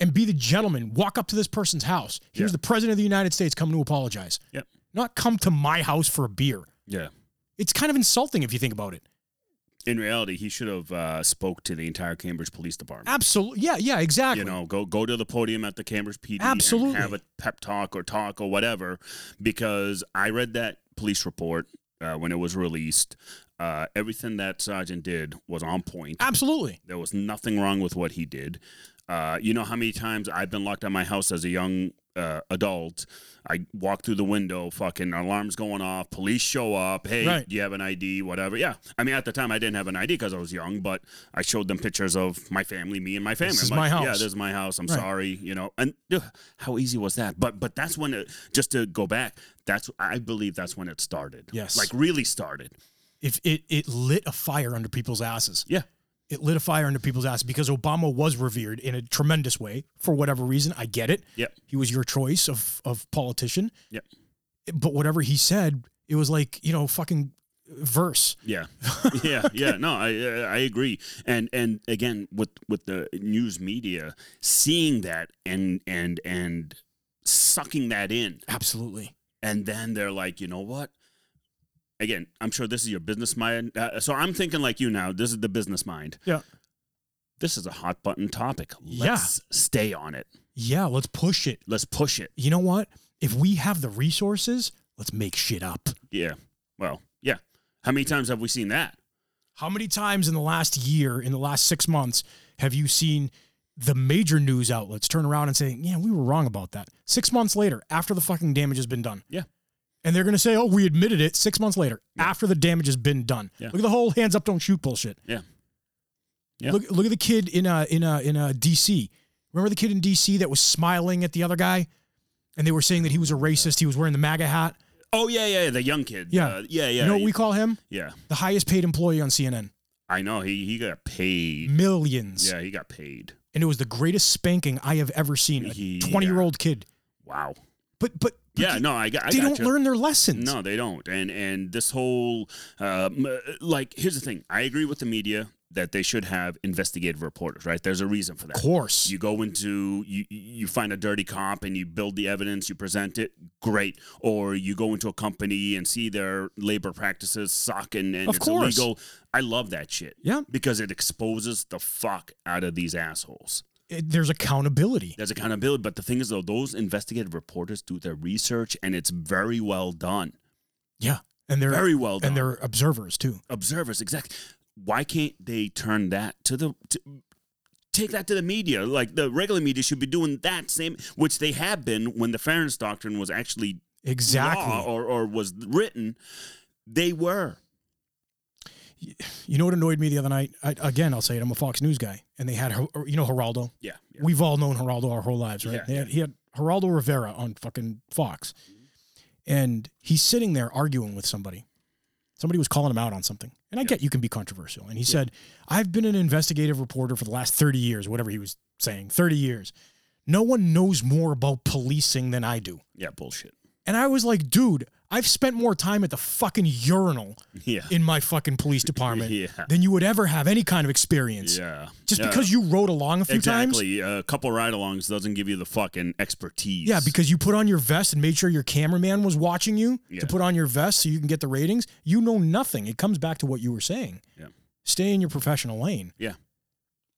[SPEAKER 1] and be the gentleman. Walk up to this person's house. Here's
[SPEAKER 2] Yeah.
[SPEAKER 1] the president of the United States coming to apologize.
[SPEAKER 2] Yep.
[SPEAKER 1] Not come to my house for a beer.
[SPEAKER 2] Yeah.
[SPEAKER 1] It's kind of insulting if you think about it.
[SPEAKER 2] In reality, he should have uh, spoke to the entire Cambridge Police Department.
[SPEAKER 1] Absolutely. Yeah. Yeah. Exactly.
[SPEAKER 2] You know, go go to the podium at the Cambridge PD
[SPEAKER 1] Absolutely.
[SPEAKER 2] and have a pep talk or talk or whatever. Because I read that police report uh, when it was released. Uh, everything that sergeant did was on point.
[SPEAKER 1] Absolutely.
[SPEAKER 2] There was nothing wrong with what he did. Uh, you know how many times I've been locked out of my house as a young uh, adult. I walk through the window, fucking alarms going off, police show up. Hey,
[SPEAKER 1] Right.
[SPEAKER 2] do you have an ID? Whatever. Yeah. I mean, at the time I didn't have an ID because I was young, but I showed them pictures of my family, me and my family.
[SPEAKER 1] This
[SPEAKER 2] I'm
[SPEAKER 1] is
[SPEAKER 2] like,
[SPEAKER 1] my
[SPEAKER 2] Yeah,
[SPEAKER 1] house."
[SPEAKER 2] this is my house. I'm
[SPEAKER 1] Right.
[SPEAKER 2] sorry. You know, and ugh, how easy was that? But but that's when it, just to go back. That's I believe that's when it started.
[SPEAKER 1] Yes.
[SPEAKER 2] Like really started.
[SPEAKER 1] If it it lit a fire under people's asses.
[SPEAKER 2] Yeah.
[SPEAKER 1] it lit a fire under people's ass because Obama was revered in a tremendous way for whatever reason. I get it.
[SPEAKER 2] Yep.
[SPEAKER 1] He was your choice of of politician.
[SPEAKER 2] Yep.
[SPEAKER 1] But whatever he said, it was like, you know, fucking verse.
[SPEAKER 2] Yeah, yeah, yeah. No, I I agree. And and again with with the news media seeing that and and and sucking that in,
[SPEAKER 1] Absolutely.
[SPEAKER 2] and then they're like, you know what? Again, I'm sure this is your business mind. Uh, so I'm thinking like you now. This is the business mind.
[SPEAKER 1] Yeah.
[SPEAKER 2] This is a hot button topic.
[SPEAKER 1] Yeah.
[SPEAKER 2] Let's stay on it.
[SPEAKER 1] Yeah, let's push it.
[SPEAKER 2] Let's push it.
[SPEAKER 1] You know what? If we have the resources, let's make shit up.
[SPEAKER 2] Yeah. Well, yeah. How many times have we seen that?
[SPEAKER 1] How many times in the last year, in the last six months, have you seen the major news outlets turn around and say, yeah, we were wrong about that? Six months later, after the fucking damage has been done.
[SPEAKER 2] Yeah.
[SPEAKER 1] And they're going to say, oh, we admitted it six months later after the damage has been done.
[SPEAKER 2] Yeah.
[SPEAKER 1] Look at the whole hands up, don't shoot bullshit.
[SPEAKER 2] Yeah. Yeah.
[SPEAKER 1] Look, look at the kid in uh, in uh, in uh, D.C. Remember the kid in D.C. that was smiling at the other guy? And they were saying that he was a racist. He was wearing the MAGA hat.
[SPEAKER 2] Oh yeah, yeah, the young kid.
[SPEAKER 1] Yeah.
[SPEAKER 2] uh, yeah, yeah.
[SPEAKER 1] you know what
[SPEAKER 2] he-
[SPEAKER 1] we call him?
[SPEAKER 2] yeah,
[SPEAKER 1] The highest paid employee on CNN.
[SPEAKER 2] I know. He he got paid.
[SPEAKER 1] Millions.
[SPEAKER 2] Yeah, he got paid.
[SPEAKER 1] And it was the greatest spanking I have ever seen. A
[SPEAKER 2] Yeah.
[SPEAKER 1] 20 year old kid.
[SPEAKER 2] Wow.
[SPEAKER 1] But, but, but
[SPEAKER 2] Yeah, no, I got. I
[SPEAKER 1] they
[SPEAKER 2] got
[SPEAKER 1] don't
[SPEAKER 2] you.
[SPEAKER 1] learn their lessons.
[SPEAKER 2] No, they don't. And and this whole um, uh, like here's the thing. I agree with the media that they should have investigative reporters. Right? There's a reason for
[SPEAKER 1] Of
[SPEAKER 2] that.
[SPEAKER 1] course.
[SPEAKER 2] You go into you you find a dirty comp and you build the evidence, you present it, great. Or you go into a company and see their labor practices suck and, and
[SPEAKER 1] Of
[SPEAKER 2] it's
[SPEAKER 1] course.
[SPEAKER 2] illegal. I love that shit.
[SPEAKER 1] Yeah.
[SPEAKER 2] Because it exposes the fuck out of these assholes.
[SPEAKER 1] It- there's accountability.
[SPEAKER 2] There's accountability, but the thing is though, those investigative reporters do their research and it's very well done.
[SPEAKER 1] Yeah. And they're,
[SPEAKER 2] Very well done.
[SPEAKER 1] and they're observers too.
[SPEAKER 2] observers exactly why can't they turn that to the to, take that to the media like the regular media should be doing that same which they have been when the fairness doctrine was actually law
[SPEAKER 1] Exactly.
[SPEAKER 2] or, or was written they were
[SPEAKER 1] You know what annoyed me the other night? I, again, I'll say it. I'm a Fox News guy, and they had Her- you know Geraldo.
[SPEAKER 2] yeah, yeah.
[SPEAKER 1] We've all known Geraldo our whole lives, right?
[SPEAKER 2] Yeah,
[SPEAKER 1] They had, He had Geraldo Rivera on fucking Fox, and he's sitting there arguing with somebody. Somebody was calling him out on something, and I get you can be controversial. And he said, "I've been an investigative reporter for the last 30 years, whatever he was saying, 30 years. No one knows more about policing than I do."
[SPEAKER 2] yeah bullshit
[SPEAKER 1] And I was like, dude, I've spent more time at the fucking urinal
[SPEAKER 2] yeah
[SPEAKER 1] in my fucking police department
[SPEAKER 2] Yeah.
[SPEAKER 1] than you would ever have any kind of experience.
[SPEAKER 2] yeah
[SPEAKER 1] Just
[SPEAKER 2] Yeah.
[SPEAKER 1] because you rode along a few times.
[SPEAKER 2] exactly a couple ride-alongs doesn't give you the fucking expertise
[SPEAKER 1] Yeah, because you put on your vest and made sure your cameraman was watching you
[SPEAKER 2] Yeah.
[SPEAKER 1] to put on your vest so you can get the ratings. You know nothing. It comes back to what you were saying.
[SPEAKER 2] Yeah.
[SPEAKER 1] Stay in your professional lane.
[SPEAKER 2] Yeah.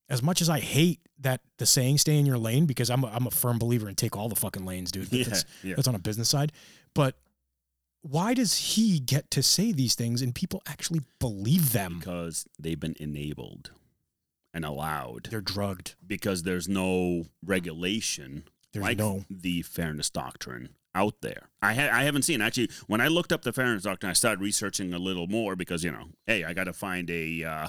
[SPEAKER 1] As much as I hate that the saying "stay in your lane" because I'm a, I'm a firm believer in take all the fucking lanes, dude. But
[SPEAKER 2] yeah,
[SPEAKER 1] that's-
[SPEAKER 2] yeah.
[SPEAKER 1] that's on a business side. But why does he get to say these things and people actually believe them?
[SPEAKER 2] because they've been enabled and allowed
[SPEAKER 1] They're drugged.
[SPEAKER 2] because there's no regulation
[SPEAKER 1] There's
[SPEAKER 2] like
[SPEAKER 1] no.
[SPEAKER 2] the fairness doctrine out there. I ha- I haven't seen actually when I looked up the fairness doctrine, I started researching a little more because you know, hey, I got to find a uh,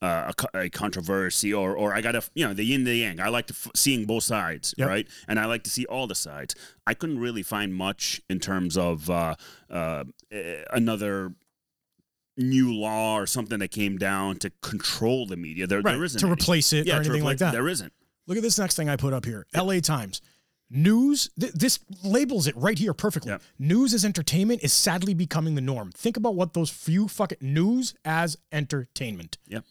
[SPEAKER 2] uh, a, co- a controversy or or I got to you know the yin and the yang. I like to f- seeing both sides,
[SPEAKER 1] Yep.
[SPEAKER 2] right? And I like to see all the sides. I couldn't really find much in terms of uh, uh, eh, another. New law or something that came down to control the media. There,
[SPEAKER 1] Right,
[SPEAKER 2] there isn't
[SPEAKER 1] to
[SPEAKER 2] any.
[SPEAKER 1] replace it
[SPEAKER 2] Yeah,
[SPEAKER 1] or
[SPEAKER 2] to
[SPEAKER 1] anything like
[SPEAKER 2] replace-
[SPEAKER 1] that.
[SPEAKER 2] There isn't.
[SPEAKER 1] Look at this next thing I put up here. LA Times. News, th- this labels it right here perfectly.
[SPEAKER 2] Yeah.
[SPEAKER 1] News as entertainment is sadly becoming the norm. Think about what those few fucking news as entertainment.
[SPEAKER 2] Yep.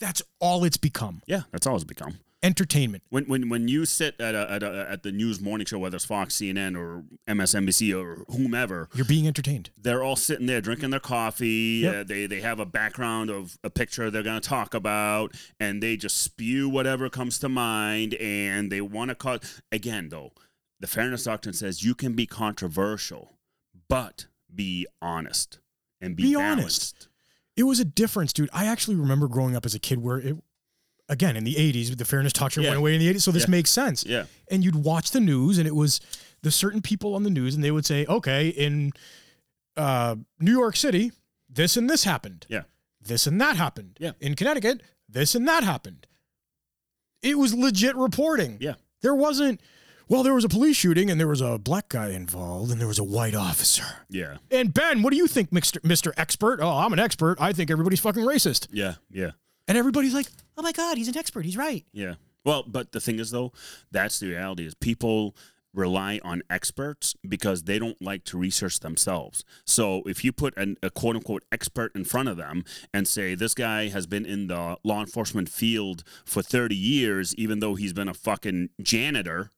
[SPEAKER 1] That's all it's become.
[SPEAKER 2] Yeah, that's all it's become.
[SPEAKER 1] Entertainment.
[SPEAKER 2] When when when you sit at a, at, a, at the news morning show, whether it's Fox, CNN, or MSNBC, or whomever,
[SPEAKER 1] You're being entertained.
[SPEAKER 2] they're all sitting there drinking their coffee.
[SPEAKER 1] Yep.
[SPEAKER 2] Uh, they they have a background of a picture they're going to talk about, and they just spew whatever comes to mind, and they want to cause. Again, though, the fairness doctrine says you can be controversial, but be honest and be,
[SPEAKER 1] Be honest.
[SPEAKER 2] balanced.
[SPEAKER 1] It was a difference, dude. I actually remember growing up as a kid where it, again, in the 80s, the fairness talk show
[SPEAKER 2] Yeah.
[SPEAKER 1] went away in the 80s. So this
[SPEAKER 2] Yeah.
[SPEAKER 1] makes sense.
[SPEAKER 2] Yeah,
[SPEAKER 1] and you'd watch the news and it was the certain people on the news and they would say okay in uh, new york city this and this happened
[SPEAKER 2] Yeah.
[SPEAKER 1] this and that happened
[SPEAKER 2] Yeah.
[SPEAKER 1] in connecticut this and that happened it was legit reporting
[SPEAKER 2] Yeah.
[SPEAKER 1] there wasn't well there was a police shooting and there was a black guy involved and there was a white officer
[SPEAKER 2] yeah,
[SPEAKER 1] and ben what do you think mr mr expert oh i'm an expert i think everybody's fucking racist
[SPEAKER 2] yeah, yeah.
[SPEAKER 1] and everybody's like oh my god he's an expert he's right
[SPEAKER 2] Yeah. Well, but the thing is though, that's the reality is people rely on experts because they don't like to research themselves. So if you put an, a quote unquote expert in front of them and say this guy has been in the law enforcement field for 30 years even though he's been a fucking janitor,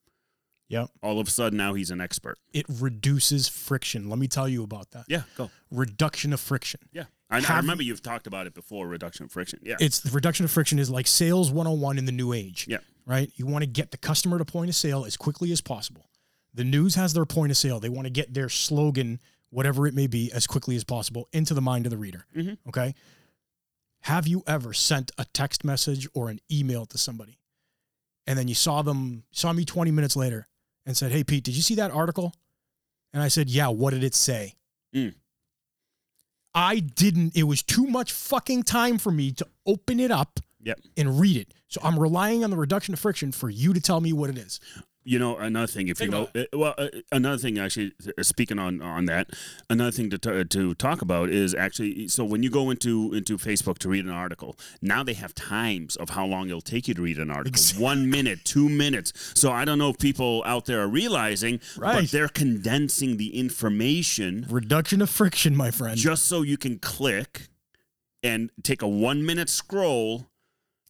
[SPEAKER 1] yep
[SPEAKER 2] all of a sudden now he's an expert.
[SPEAKER 1] it reduces friction let me tell you about that
[SPEAKER 2] Yeah, go.
[SPEAKER 1] reduction of friction.
[SPEAKER 2] Yeah. I, I
[SPEAKER 1] Have-
[SPEAKER 2] remember you've talked about it before reduction of friction. Yeah.
[SPEAKER 1] It's the reduction of friction is like sales 101 in the new age.
[SPEAKER 2] Yeah.
[SPEAKER 1] Right? You want to get the customer to point of sale as quickly as possible. The news has their point of sale. They want to get their slogan, whatever it may be, as quickly as possible into the mind of the reader.
[SPEAKER 2] Mhm.
[SPEAKER 1] Okay. Have you ever sent a text message or an email to somebody and then you saw them, saw me 20 minutes later and said, Hey, Pete, did you see that article? And I said, Yeah, what did it say?
[SPEAKER 2] Mm.
[SPEAKER 1] I didn't. It was too much fucking time for me to open it up
[SPEAKER 2] Yep.
[SPEAKER 1] and read it. So I'm relying on the reduction of friction for you to tell me what it is.
[SPEAKER 2] You know, another thing, if
[SPEAKER 1] Think
[SPEAKER 2] you go,
[SPEAKER 1] about
[SPEAKER 2] uh, well, uh, another thing, actually, uh, speaking on on that, another thing to, t- to talk about is actually, eh, so when you go into into Facebook to read an article, now they have times of how long it'll take you to read an article
[SPEAKER 1] Exactly.
[SPEAKER 2] one minute, two minutes. So I don't know if people out there are realizing,
[SPEAKER 1] Right.
[SPEAKER 2] but they're condensing the information
[SPEAKER 1] Reduction of friction, my friend.
[SPEAKER 2] just so you can click and take a one minute scroll.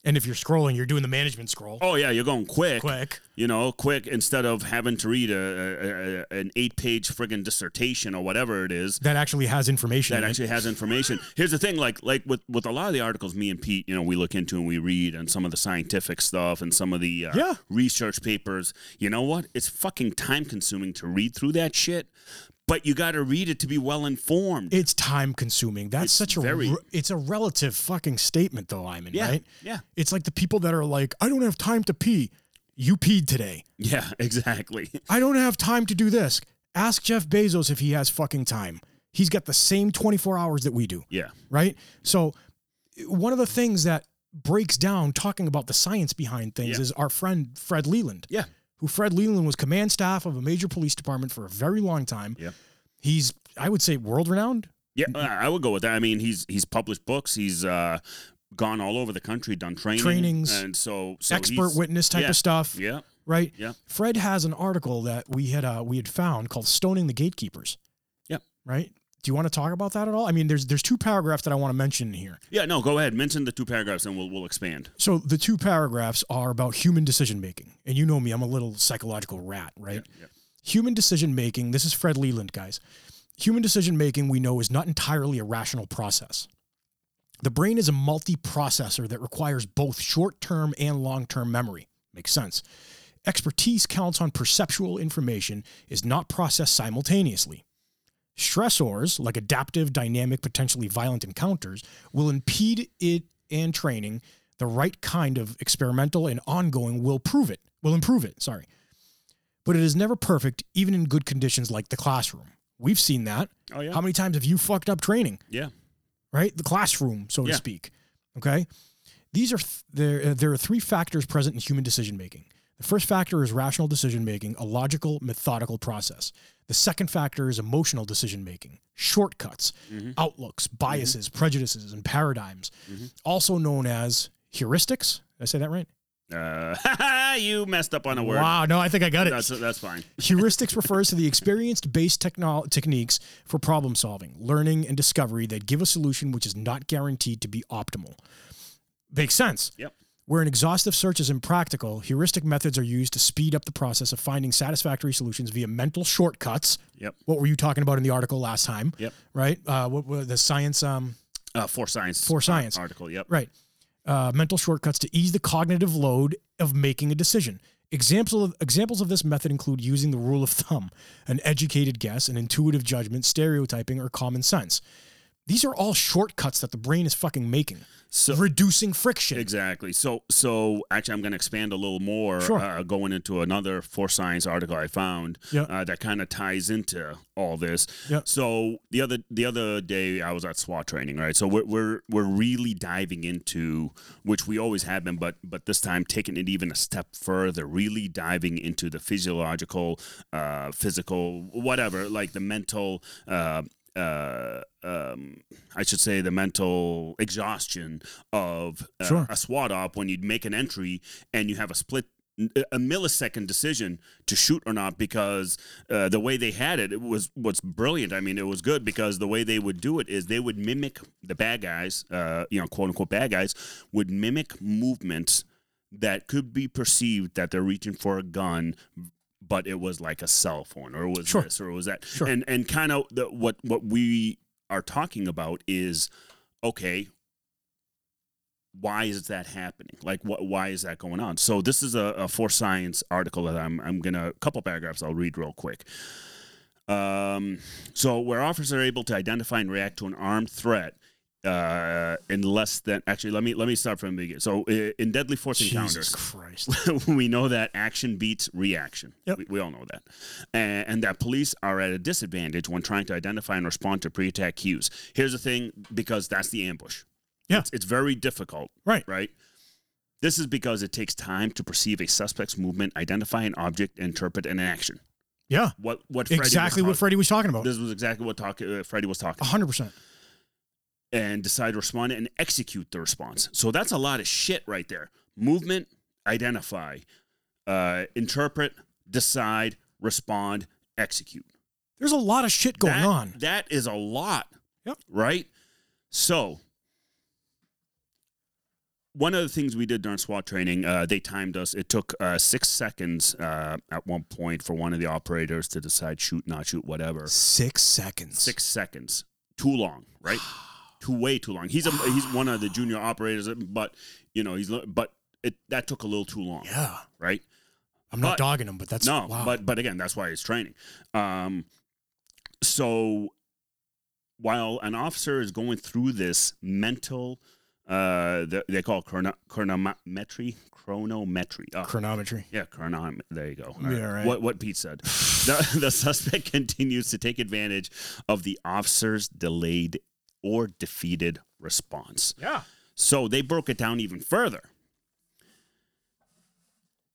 [SPEAKER 1] And if you're scrolling, you're doing the management scroll.
[SPEAKER 2] Oh, yeah, you're going quick.
[SPEAKER 1] Quick.
[SPEAKER 2] you know, quick instead of having to read a, a, a an eight page friggin' dissertation or whatever it is
[SPEAKER 1] That actually has information.
[SPEAKER 2] that
[SPEAKER 1] in it.
[SPEAKER 2] actually has information. Here's the thing, like like with with a lot of the articles me and Pete, you know, we look into and we read and some of the scientific stuff and some of the uh,
[SPEAKER 1] Yeah.
[SPEAKER 2] research papers. You know what? It's fucking time consuming to read through that shit, but you got to read it to be well informed.
[SPEAKER 1] It's time consuming. That's
[SPEAKER 2] It's
[SPEAKER 1] such a
[SPEAKER 2] very-
[SPEAKER 1] re- it's a relative fucking statement though, Iman,
[SPEAKER 2] yeah,
[SPEAKER 1] right?
[SPEAKER 2] yeah,
[SPEAKER 1] It's like the people that are like, I don't have time to pee. You peed today.
[SPEAKER 2] yeah, exactly.
[SPEAKER 1] I don't have time to do this. Ask Jeff Bezos if he has fucking time. He's got the same 24 hours that we do,
[SPEAKER 2] Yeah,
[SPEAKER 1] right? So one of the things that breaks down talking about the science behind things
[SPEAKER 2] Yeah.
[SPEAKER 1] is our friend Fred Leland.
[SPEAKER 2] Yeah.
[SPEAKER 1] Who Fred Leland was command staff of a major police department for a very long time.
[SPEAKER 2] Yeah.
[SPEAKER 1] He's I would say world renowned.
[SPEAKER 2] yeah. I I would go with that. I mean, he's he's published books. He's uh, gone all over the country, done training,
[SPEAKER 1] Trainings.
[SPEAKER 2] and so, so
[SPEAKER 1] expert
[SPEAKER 2] he's-
[SPEAKER 1] witness type
[SPEAKER 2] yeah.
[SPEAKER 1] of stuff,
[SPEAKER 2] Yeah.
[SPEAKER 1] right?
[SPEAKER 2] Yeah.
[SPEAKER 1] Fred has an article that we had uh, we had found called "Stoning the Gatekeepers."
[SPEAKER 2] Yep.
[SPEAKER 1] Right. Do you want to talk about that at all? I mean, there's there's two paragraphs that I want to mention here.
[SPEAKER 2] Yeah, no, go ahead. Mention the two paragraphs and we'll, we'll expand.
[SPEAKER 1] So the two paragraphs are about human decision making, and you know me, I'm a little psychological rat, right?
[SPEAKER 2] Yeah,
[SPEAKER 1] Human decision making. This is Fred Leland, guys. Human decision making we know is not entirely a rational process. The brain is a multi-processor that requires both short-term and long-term memory. Makes sense. Expertise counts on perceptual information is not processed simultaneously. Stressors, like adaptive, dynamic, potentially violent encounters, will impede it and training. The right kind of experimental and ongoing will prove it, will improve it, sorry. But it is never perfect, even in good conditions like the classroom. We've seen that.
[SPEAKER 2] yeah. Oh, yeah.
[SPEAKER 1] How many times have you fucked up training?
[SPEAKER 2] Yeah.
[SPEAKER 1] right? The classroom, so
[SPEAKER 2] Yeah.
[SPEAKER 1] to speak. Okay. These are th- there. uh, There are three factors present in human decision making. The first factor is rational decision making, a logical, methodical process. The second factor is emotional decision making, shortcuts,
[SPEAKER 2] Mhm.
[SPEAKER 1] outlooks, biases, prejudices, and paradigms,
[SPEAKER 2] Mhm.
[SPEAKER 1] also known as heuristics. Did I say that right?
[SPEAKER 2] Uh, you messed up on a word.
[SPEAKER 1] Wow, no, I think I got it.
[SPEAKER 2] That's, that's fine.
[SPEAKER 1] Heuristics refers to the experienced-based technol techniques for problem solving, learning, and discovery that give a solution which is not guaranteed to be optimal. Makes sense.
[SPEAKER 2] Yep.
[SPEAKER 1] Where an exhaustive search is impractical, heuristic methods are used to speed up the process of finding satisfactory solutions via mental shortcuts.
[SPEAKER 2] Yep.
[SPEAKER 1] What were you talking about in the article last time?
[SPEAKER 2] Yep.
[SPEAKER 1] Right. Uh, what were the science? Um,
[SPEAKER 2] Uh, for science.
[SPEAKER 1] For science.
[SPEAKER 2] Article. Yep.
[SPEAKER 1] Right. Uh, mental shortcuts to ease the cognitive load of making a decision. Examples of, examples of this method include using the rule of thumb, an educated guess, an intuitive judgment, stereotyping, or common sense. These are all shortcuts that the brain is fucking making,
[SPEAKER 2] So
[SPEAKER 1] reducing friction.
[SPEAKER 2] exactly. So so actually, I'm going to expand a little more.
[SPEAKER 1] Sure.
[SPEAKER 2] Uh, going into another for science article I found
[SPEAKER 1] Yeah.
[SPEAKER 2] uh, that kind of ties into all this.
[SPEAKER 1] Yeah.
[SPEAKER 2] So the other the other day I was at SWAT training, right? So we're we're we're really diving into which we always have been, but but this time taking it even a step further, really diving into the physiological, uh, physical, whatever, like the mental. Uh, uh, um, I should say the mental exhaustion of uh,
[SPEAKER 1] Sure.
[SPEAKER 2] a SWAT op when you'd make an entry and you have a split a millisecond decision to shoot or not because uh, the way they had it, it was what's brilliant. I mean, it was good because the way they would do it is they would mimic the bad guys, uh, you know, quote unquote bad guys, would mimic movements that could be perceived that they're reaching for a gun. But it was like a cell phone, or it was
[SPEAKER 1] Sure.
[SPEAKER 2] this, or it was that,
[SPEAKER 1] Sure.
[SPEAKER 2] and and kind of the, what what we are talking about is okay, why is that happening? Like, what? Why is that going on? So this is a, a for science article that I'm I'm gonna a couple paragraphs I'll read real quick. Um, so where officers are able to identify and react to an armed threat. uh, in less than actually let me let me start from the beginning. So uh, in deadly force
[SPEAKER 1] Jesus
[SPEAKER 2] encounters,
[SPEAKER 1] Christ.
[SPEAKER 2] we know that action beats reaction.
[SPEAKER 1] Yep.
[SPEAKER 2] We, we all know that. And, and that police are at a disadvantage when trying to identify and respond to pre attack cues. Here's the thing because that's the ambush.
[SPEAKER 1] Yeah.
[SPEAKER 2] It's, it's very difficult,
[SPEAKER 1] Right.
[SPEAKER 2] right? This is because it takes time to perceive a suspect's movement, identify an object, interpret an action.
[SPEAKER 1] Yeah.
[SPEAKER 2] What what Freddy
[SPEAKER 1] Exactly what
[SPEAKER 2] was talk-
[SPEAKER 1] Freddie was talking about.
[SPEAKER 2] this was exactly what talk, uh, Freddie was talking
[SPEAKER 1] 100%.
[SPEAKER 2] and decide to respond and execute the response. So that's a lot of shit right there. Movement, identify, uh, interpret, decide, respond, execute.
[SPEAKER 1] There's a lot of shit going
[SPEAKER 2] That-
[SPEAKER 1] on.
[SPEAKER 2] That is a lot.
[SPEAKER 1] Yep.
[SPEAKER 2] Right? So one of the things we did during SWAT training, uh, they timed us. It took uh, six seconds uh, at one point for one of the operators to decide shoot, not shoot, whatever.
[SPEAKER 1] Six seconds.
[SPEAKER 2] Six seconds. Too long, right? too way too long. He's a he's one of the junior operators, but you know he's but it that took a little too long,
[SPEAKER 1] Yeah.
[SPEAKER 2] right?
[SPEAKER 1] I'm not
[SPEAKER 2] But-
[SPEAKER 1] dogging him, but that's
[SPEAKER 2] no,
[SPEAKER 1] wow.
[SPEAKER 2] but but again, that's why it's training. Um, so while an officer is going through this mental, uh, th- they call it chrono- chronometry, chronometry. Oh,
[SPEAKER 1] chronometry.
[SPEAKER 2] yeah, chronom. There you go. All
[SPEAKER 1] Yeah, right.
[SPEAKER 2] What what Pete said. the, the suspect continues to take advantage of the officer's delayed or defeated response.
[SPEAKER 1] Yeah.
[SPEAKER 2] So they broke it down even further.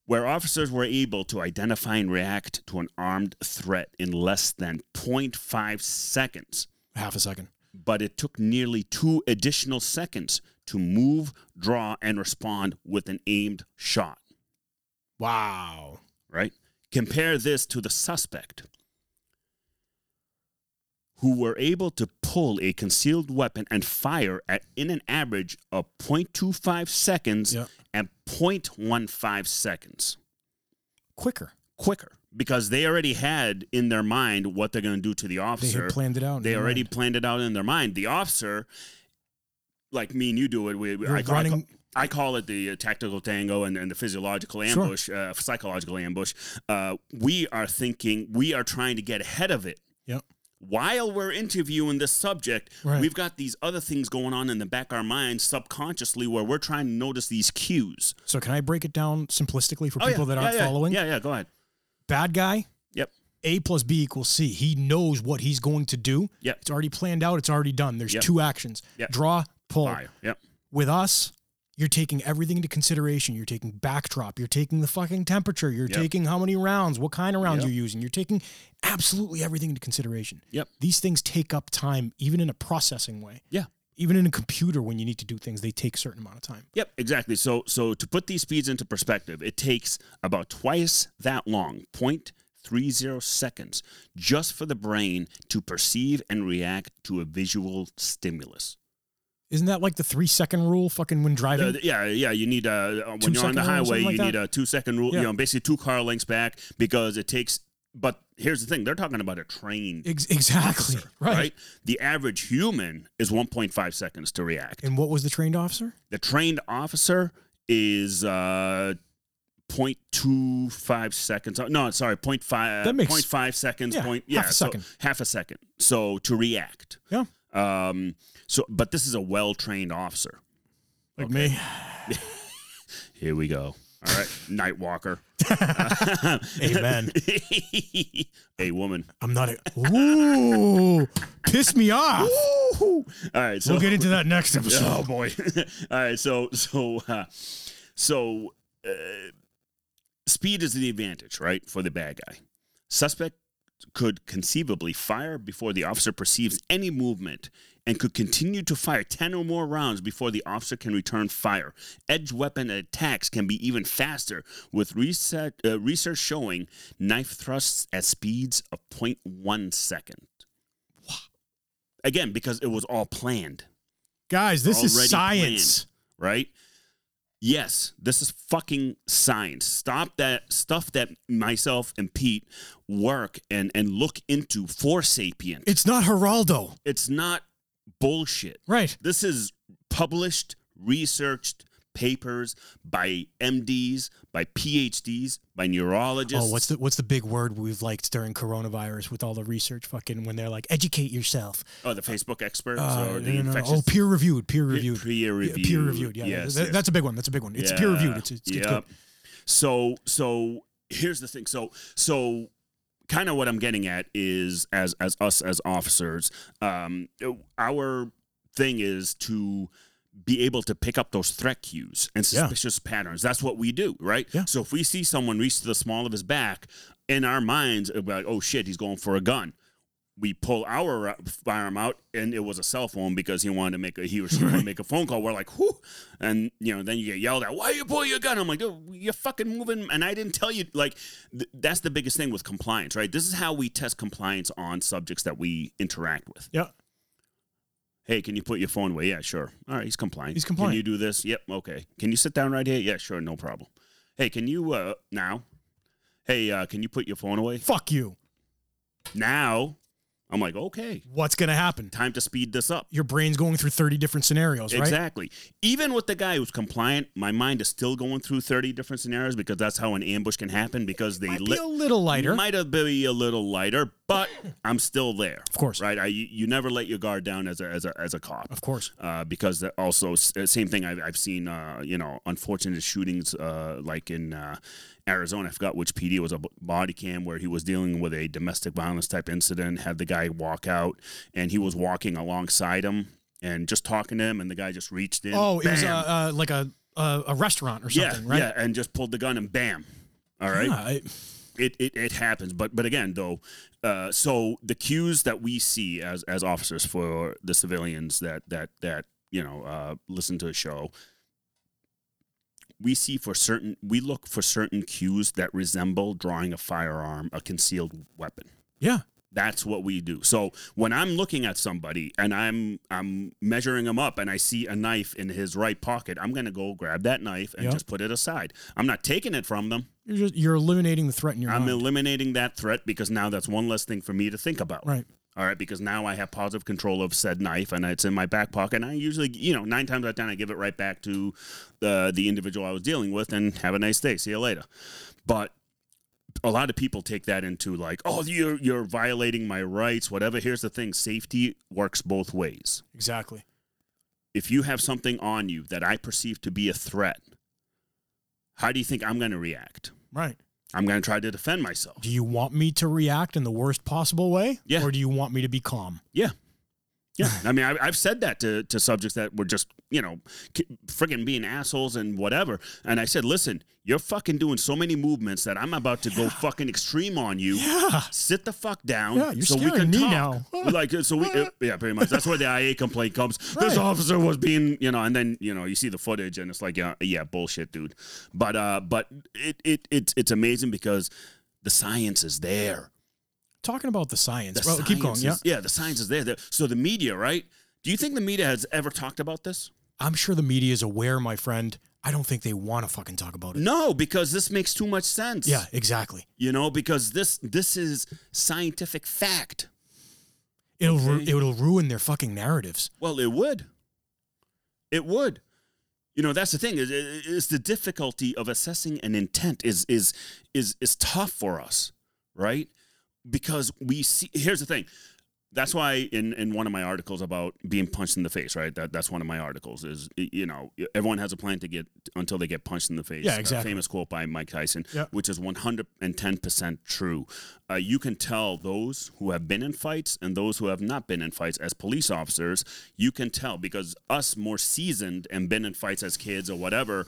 [SPEAKER 2] Where officers were able to identify and react to an armed threat in less than 0.5 seconds,
[SPEAKER 1] Half a second.
[SPEAKER 2] but it took nearly two additional seconds to move, draw, and respond with an aimed shot,
[SPEAKER 1] Wow.
[SPEAKER 2] right? Compare this to the suspect, who were able to pull a concealed weapon and fire at in an average of 0.25 seconds
[SPEAKER 1] Yeah.
[SPEAKER 2] and 0.15 seconds
[SPEAKER 1] Quicker.
[SPEAKER 2] quicker because they already had in their mind what they're going to do to the
[SPEAKER 1] They
[SPEAKER 2] officer.
[SPEAKER 1] had planned it out. in
[SPEAKER 2] They
[SPEAKER 1] their
[SPEAKER 2] already
[SPEAKER 1] mind.
[SPEAKER 2] planned it out in their mind. The officer, like me and you do it, we, we-
[SPEAKER 1] You're
[SPEAKER 2] I, call, I call-
[SPEAKER 1] running-
[SPEAKER 2] I call it the uh, tactical tango and, and the physiological
[SPEAKER 1] Sure.
[SPEAKER 2] ambush, uh, psychological ambush. Uh, we are thinking, we are trying to get ahead of it.
[SPEAKER 1] Yep.
[SPEAKER 2] While we're interviewing this subject,
[SPEAKER 1] Right.
[SPEAKER 2] we've got these other things going on in the back of our minds subconsciously where we're trying to notice these cues.
[SPEAKER 1] So can I break it down simplistically for
[SPEAKER 2] Oh, yeah,
[SPEAKER 1] people that
[SPEAKER 2] yeah,
[SPEAKER 1] aren't
[SPEAKER 2] yeah.
[SPEAKER 1] following?
[SPEAKER 2] Yeah, yeah, go ahead.
[SPEAKER 1] Bad guy.
[SPEAKER 2] Yep.
[SPEAKER 1] A plus B equals C. He knows what he's going to do.
[SPEAKER 2] Yep.
[SPEAKER 1] It's already planned out. It's already done. There's
[SPEAKER 2] Yep.
[SPEAKER 1] two actions.
[SPEAKER 2] Yep.
[SPEAKER 1] Draw, pull.
[SPEAKER 2] Fire. Yep.
[SPEAKER 1] With us, you're taking everything into consideration. You're taking backdrop. You're taking the fucking temperature. You're
[SPEAKER 2] Yep.
[SPEAKER 1] taking how many rounds, what kind of rounds
[SPEAKER 2] Yep.
[SPEAKER 1] you're using. You're taking absolutely everything into consideration.
[SPEAKER 2] Yep.
[SPEAKER 1] These things take up time, even in a processing way.
[SPEAKER 2] Yeah.
[SPEAKER 1] Even in a computer, when you need to do things, they take a certain amount of time.
[SPEAKER 2] Yep, exactly. So so to put these speeds into perspective, it takes about twice that long, 0.30 seconds, just for the brain to perceive and react to a visual stimulus.
[SPEAKER 1] Isn't that like the three second rule fucking when driving?
[SPEAKER 2] Uh, yeah, yeah, you need a uh, when you're on
[SPEAKER 1] Two-second
[SPEAKER 2] the
[SPEAKER 1] rule or
[SPEAKER 2] highway,
[SPEAKER 1] something like
[SPEAKER 2] you need a 2 second rule,
[SPEAKER 1] Yeah.
[SPEAKER 2] you know, basically two car lengths back because it takes but here's the thing, they're talking about a trained
[SPEAKER 1] Ex- exactly.
[SPEAKER 2] officer,
[SPEAKER 1] right.
[SPEAKER 2] The average human is 1.5 seconds to react.
[SPEAKER 1] And what was the trained officer?
[SPEAKER 2] The trained officer is uh, 0.25 seconds. No, sorry, 0.5,
[SPEAKER 1] That makes-
[SPEAKER 2] 0.5 seconds.
[SPEAKER 1] yeah,
[SPEAKER 2] point,
[SPEAKER 1] half a
[SPEAKER 2] so
[SPEAKER 1] second.
[SPEAKER 2] half a second. So to react.
[SPEAKER 1] Yeah.
[SPEAKER 2] Um, so, but this is a well trained officer.
[SPEAKER 1] Like me.
[SPEAKER 2] Here we go. All right, Nightwalker.
[SPEAKER 1] Amen.
[SPEAKER 2] a woman.
[SPEAKER 1] I'm not a. Ooh. piss me off.
[SPEAKER 2] All right, so
[SPEAKER 1] We'll get into that next episode.
[SPEAKER 2] Oh boy! All right, so so uh, so uh, speed is the advantage, right, for the bad guy. Suspect could conceivably fire before the officer perceives any movement, and could continue to fire ten or more rounds before the officer can return fire. Edge weapon attacks can be even faster, with reset, uh, research showing knife thrusts at speeds of 0.1 second. Again, because it was all planned
[SPEAKER 1] Guys, this
[SPEAKER 2] already
[SPEAKER 1] is science.
[SPEAKER 2] right? Yes, this is fucking science. Stop that stuff that myself and Pete work and and look into for sapient.
[SPEAKER 1] It's not Geraldo. Oh,
[SPEAKER 2] It's not bullshit.
[SPEAKER 1] Right.
[SPEAKER 2] This is published, researched, papers by MDs, by PhDs, by neurologists.
[SPEAKER 1] oh, what's the what's the big word we've liked during coronavirus with all the research? Fucking when they're like, educate yourself.
[SPEAKER 2] Oh, the Facebook experts
[SPEAKER 1] Uh,
[SPEAKER 2] or
[SPEAKER 1] no,
[SPEAKER 2] the
[SPEAKER 1] no, no.
[SPEAKER 2] infectious.
[SPEAKER 1] Oh, peer reviewed, peer
[SPEAKER 2] peer
[SPEAKER 1] reviewed,
[SPEAKER 2] reviewed.
[SPEAKER 1] Yeah, peer reviewed. Yeah,
[SPEAKER 2] yes,
[SPEAKER 1] that-
[SPEAKER 2] yes.
[SPEAKER 1] that's a big one. That's a big one. It's peer reviewed.
[SPEAKER 2] Yeah,
[SPEAKER 1] It's it's, it's good.
[SPEAKER 2] yep. So so here's the thing. So so kind of what I'm getting at is as as us as officers, um, our thing is to be able to pick up those threat cues and
[SPEAKER 1] Yeah.
[SPEAKER 2] suspicious patterns. That's what we do, right?
[SPEAKER 1] Yeah.
[SPEAKER 2] So if we see someone reach to the small of his back, in our minds, it'll be like, oh shit, he's going for a gun. We pull our uh, firearm out, and it was a cell phone because he wanted to make a he or she wanted to make a phone call. We're like, whoo, and you know, then you get yelled at. Why you pull your gun? I'm like, dude, you're fucking moving, and I didn't tell you. Like, th- that's the biggest thing with compliance, right? This is how we test compliance on subjects that we interact with.
[SPEAKER 1] Yeah.
[SPEAKER 2] Hey, can you put your phone away? Yeah, sure. All right, he's compliant.
[SPEAKER 1] He's
[SPEAKER 2] Can you
[SPEAKER 1] compliant.
[SPEAKER 2] do this? Yep. Okay. Can you sit down right here? Yeah, sure, no problem. Hey, can you uh now? Hey, uh, can you put your phone away
[SPEAKER 1] Fuck you.
[SPEAKER 2] now? I'm like, okay,
[SPEAKER 1] What's gonna happen?
[SPEAKER 2] time to speed this up.
[SPEAKER 1] Your brain's going through thirty different scenarios, right?
[SPEAKER 2] Exactly. Even with the guy who's compliant, my mind is still going through 30 different scenarios because that's how an ambush can happen because they
[SPEAKER 1] Might
[SPEAKER 2] li-
[SPEAKER 1] be a little lighter.
[SPEAKER 2] might have been a little lighter, but I'm still there.
[SPEAKER 1] Of course.
[SPEAKER 2] Right? I, you you never let your guard down as a, as a, as a cop.
[SPEAKER 1] Of course.
[SPEAKER 2] uh, because that also s- uh, same thing I've, I've seen uh, you know unfortunate shootings uh, like in uh, Arizona I forgot which PD it was a b- body cam where he was dealing with a domestic violence type incident had the guy walk out and he was walking alongside him and just talking to him and the guy just reached in
[SPEAKER 1] Oh, it was uh,
[SPEAKER 2] bam.
[SPEAKER 1] uh, like a uh, a restaurant or
[SPEAKER 2] yeah
[SPEAKER 1] something, right?
[SPEAKER 2] yeah and just pulled the gun and bam all right
[SPEAKER 1] Yeah, I-
[SPEAKER 2] it, it, it happens but but again though uh, so the cues that we see as as officers for the civilians that that that you know uh, listen to the show we see for certain we look for certain cues that resemble drawing a firearm a concealed weapon
[SPEAKER 1] yeah.
[SPEAKER 2] that's what we do. So when I'm looking at somebody and I'm I'm measuring him up and I see a knife in his right pocket, I'm gonna go grab that knife and
[SPEAKER 1] Yep.
[SPEAKER 2] just put it aside. I'm not taking it from them.
[SPEAKER 1] You're just you're eliminating the threat in your
[SPEAKER 2] I'm
[SPEAKER 1] mind.
[SPEAKER 2] eliminating that threat because now that's one less thing for me to think about.
[SPEAKER 1] right.
[SPEAKER 2] All right, because now I have positive control of said knife and it's in my back pocket. And I usually, you know, nine times out of ten, I give it right back to the the individual I was dealing with and have a nice day. See you later. But a lot of people take that into like, oh, you're you're violating my rights, whatever. Here's the thing: safety works both ways.
[SPEAKER 1] Exactly.
[SPEAKER 2] If you have something on you that I perceive to be a threat, how do you think I'm going to react?
[SPEAKER 1] Right.
[SPEAKER 2] I'm going to try to defend myself.
[SPEAKER 1] Do you want me to react in the worst possible way?
[SPEAKER 2] Yeah.
[SPEAKER 1] Or do you want me to be calm?
[SPEAKER 2] Yeah. Yeah. I mean, I, I've said that to, to subjects that were just, you know, ki- friggin' being assholes and whatever. And I said, listen, you're fucking doing so many movements that I'm about to go fucking extreme on you.
[SPEAKER 1] Yeah.
[SPEAKER 2] Sit the fuck down.
[SPEAKER 1] Yeah, you're
[SPEAKER 2] so we
[SPEAKER 1] scaring
[SPEAKER 2] can
[SPEAKER 1] me
[SPEAKER 2] talk.
[SPEAKER 1] now.
[SPEAKER 2] like, so we, uh, yeah, pretty much. That's where the IA complaint comes. This
[SPEAKER 1] Right.
[SPEAKER 2] officer was being, you know, and then, you know, you see the footage and it's like, yeah, yeah, bullshit, dude. But, uh, but it, it, it's, it's amazing because the science is there
[SPEAKER 1] Talking about the science. well,
[SPEAKER 2] science
[SPEAKER 1] keep going. Yeah.
[SPEAKER 2] Is, yeah, the science is there. The- So the media, right? Do you think the media has ever talked about this?
[SPEAKER 1] I'm sure the media is aware, my friend. I don't think they want to fucking talk about it.
[SPEAKER 2] No, because this makes too much sense.
[SPEAKER 1] Yeah, exactly.
[SPEAKER 2] You know, because this this is scientific fact.
[SPEAKER 1] It'll ru- it'll ruin their fucking narratives.
[SPEAKER 2] Well, it would. It would. You know, that's the thing is is is the difficulty of assessing an intent is is is is tough for us, right? Because we see here's the thing. That's why in, in one of my articles about being punched in the face, right? That that's one of my articles is you know everyone has a plan to get until they get punched in the face.
[SPEAKER 1] Yeah,
[SPEAKER 2] A
[SPEAKER 1] exactly.
[SPEAKER 2] famous quote by Mike Tyson,
[SPEAKER 1] Yeah.
[SPEAKER 2] which is one hundred and ten percent true. Uh, you can tell those who have been in fights and those who have not been in fights as police officers. You can tell because us more seasoned and been in fights as kids or whatever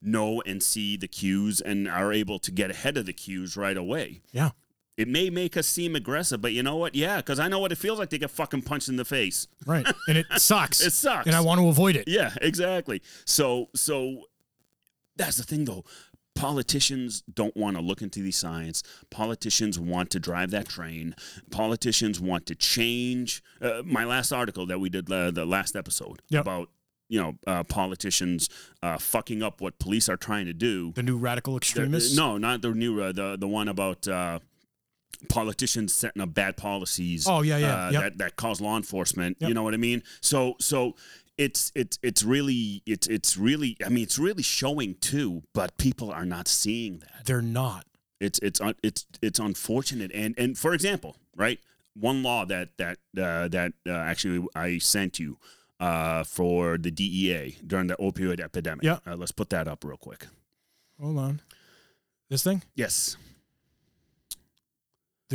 [SPEAKER 2] know and see the cues and are able to get ahead of the cues right away
[SPEAKER 1] Yeah.
[SPEAKER 2] it may make us seem aggressive, but you know what? Yeah, because I know what it feels like to get fucking punched in the face.
[SPEAKER 1] Right. And it sucks.
[SPEAKER 2] It sucks.
[SPEAKER 1] And I want to avoid it.
[SPEAKER 2] Yeah, exactly. So, so that's the thing, though. Politicians don't want to look into these science. Politicians want to drive that train. Politicians want to change. Uh, my last article that we did uh, the last episode
[SPEAKER 1] Yep.
[SPEAKER 2] about you know uh, politicians uh, fucking up what police are trying to do.
[SPEAKER 1] The new radical
[SPEAKER 2] The-
[SPEAKER 1] extremists.
[SPEAKER 2] no, not the new uh, the the one about uh, politicians setting up bad policies.
[SPEAKER 1] Oh yeah, yeah.
[SPEAKER 2] uh,
[SPEAKER 1] yep.
[SPEAKER 2] that that cause law enforcement. You
[SPEAKER 1] Yep.
[SPEAKER 2] know what I mean? So so it's it's it's really it's it's really I mean it's really showing too, but people are not seeing that.
[SPEAKER 1] They're not.
[SPEAKER 2] It's it's un- it's it's unfortunate. And and for example, right, one law that that uh, that uh, actually I sent you uh, for the DEA during the opioid epidemic.
[SPEAKER 1] Yeah.
[SPEAKER 2] uh, let's put that up real quick.
[SPEAKER 1] Hold on. This thing?
[SPEAKER 2] Yes,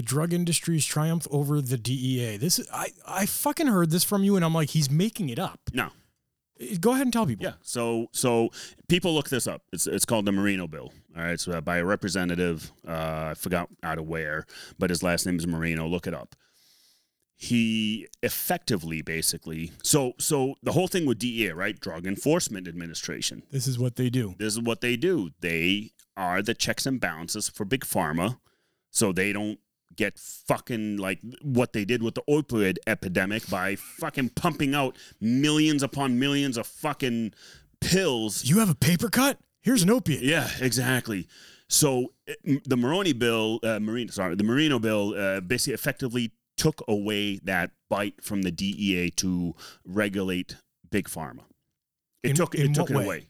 [SPEAKER 1] The drug industry's triumph over the DEA. This is, I, I fucking heard this from you and I'm like, he's making it up.
[SPEAKER 2] No.
[SPEAKER 1] Eh, Go ahead and tell people.
[SPEAKER 2] Yeah. So so people look this up. It's it's called the Marino Bill. All right. It's uh, by a representative. Uh, I forgot out of where, but his last name is Marino. Look it up. He effectively, basically, so so the whole thing with DEA, right? Drug Enforcement Administration.
[SPEAKER 1] This is what they do.
[SPEAKER 2] This is what they do. They are the checks and balances for big pharma, so they don't get fucking like what they did with the opioid epidemic by fucking pumping out millions upon millions of fucking pills
[SPEAKER 1] You have a paper cut? Here's an opiate.
[SPEAKER 2] yeah, exactly. So it- m- the Moroni bill, uh, Marino, sorry, the Marino bill, uh, basically effectively took away that bite from the DEA to regulate big pharma. It
[SPEAKER 1] In-
[SPEAKER 2] took
[SPEAKER 1] in
[SPEAKER 2] it took
[SPEAKER 1] what
[SPEAKER 2] it
[SPEAKER 1] way?
[SPEAKER 2] away.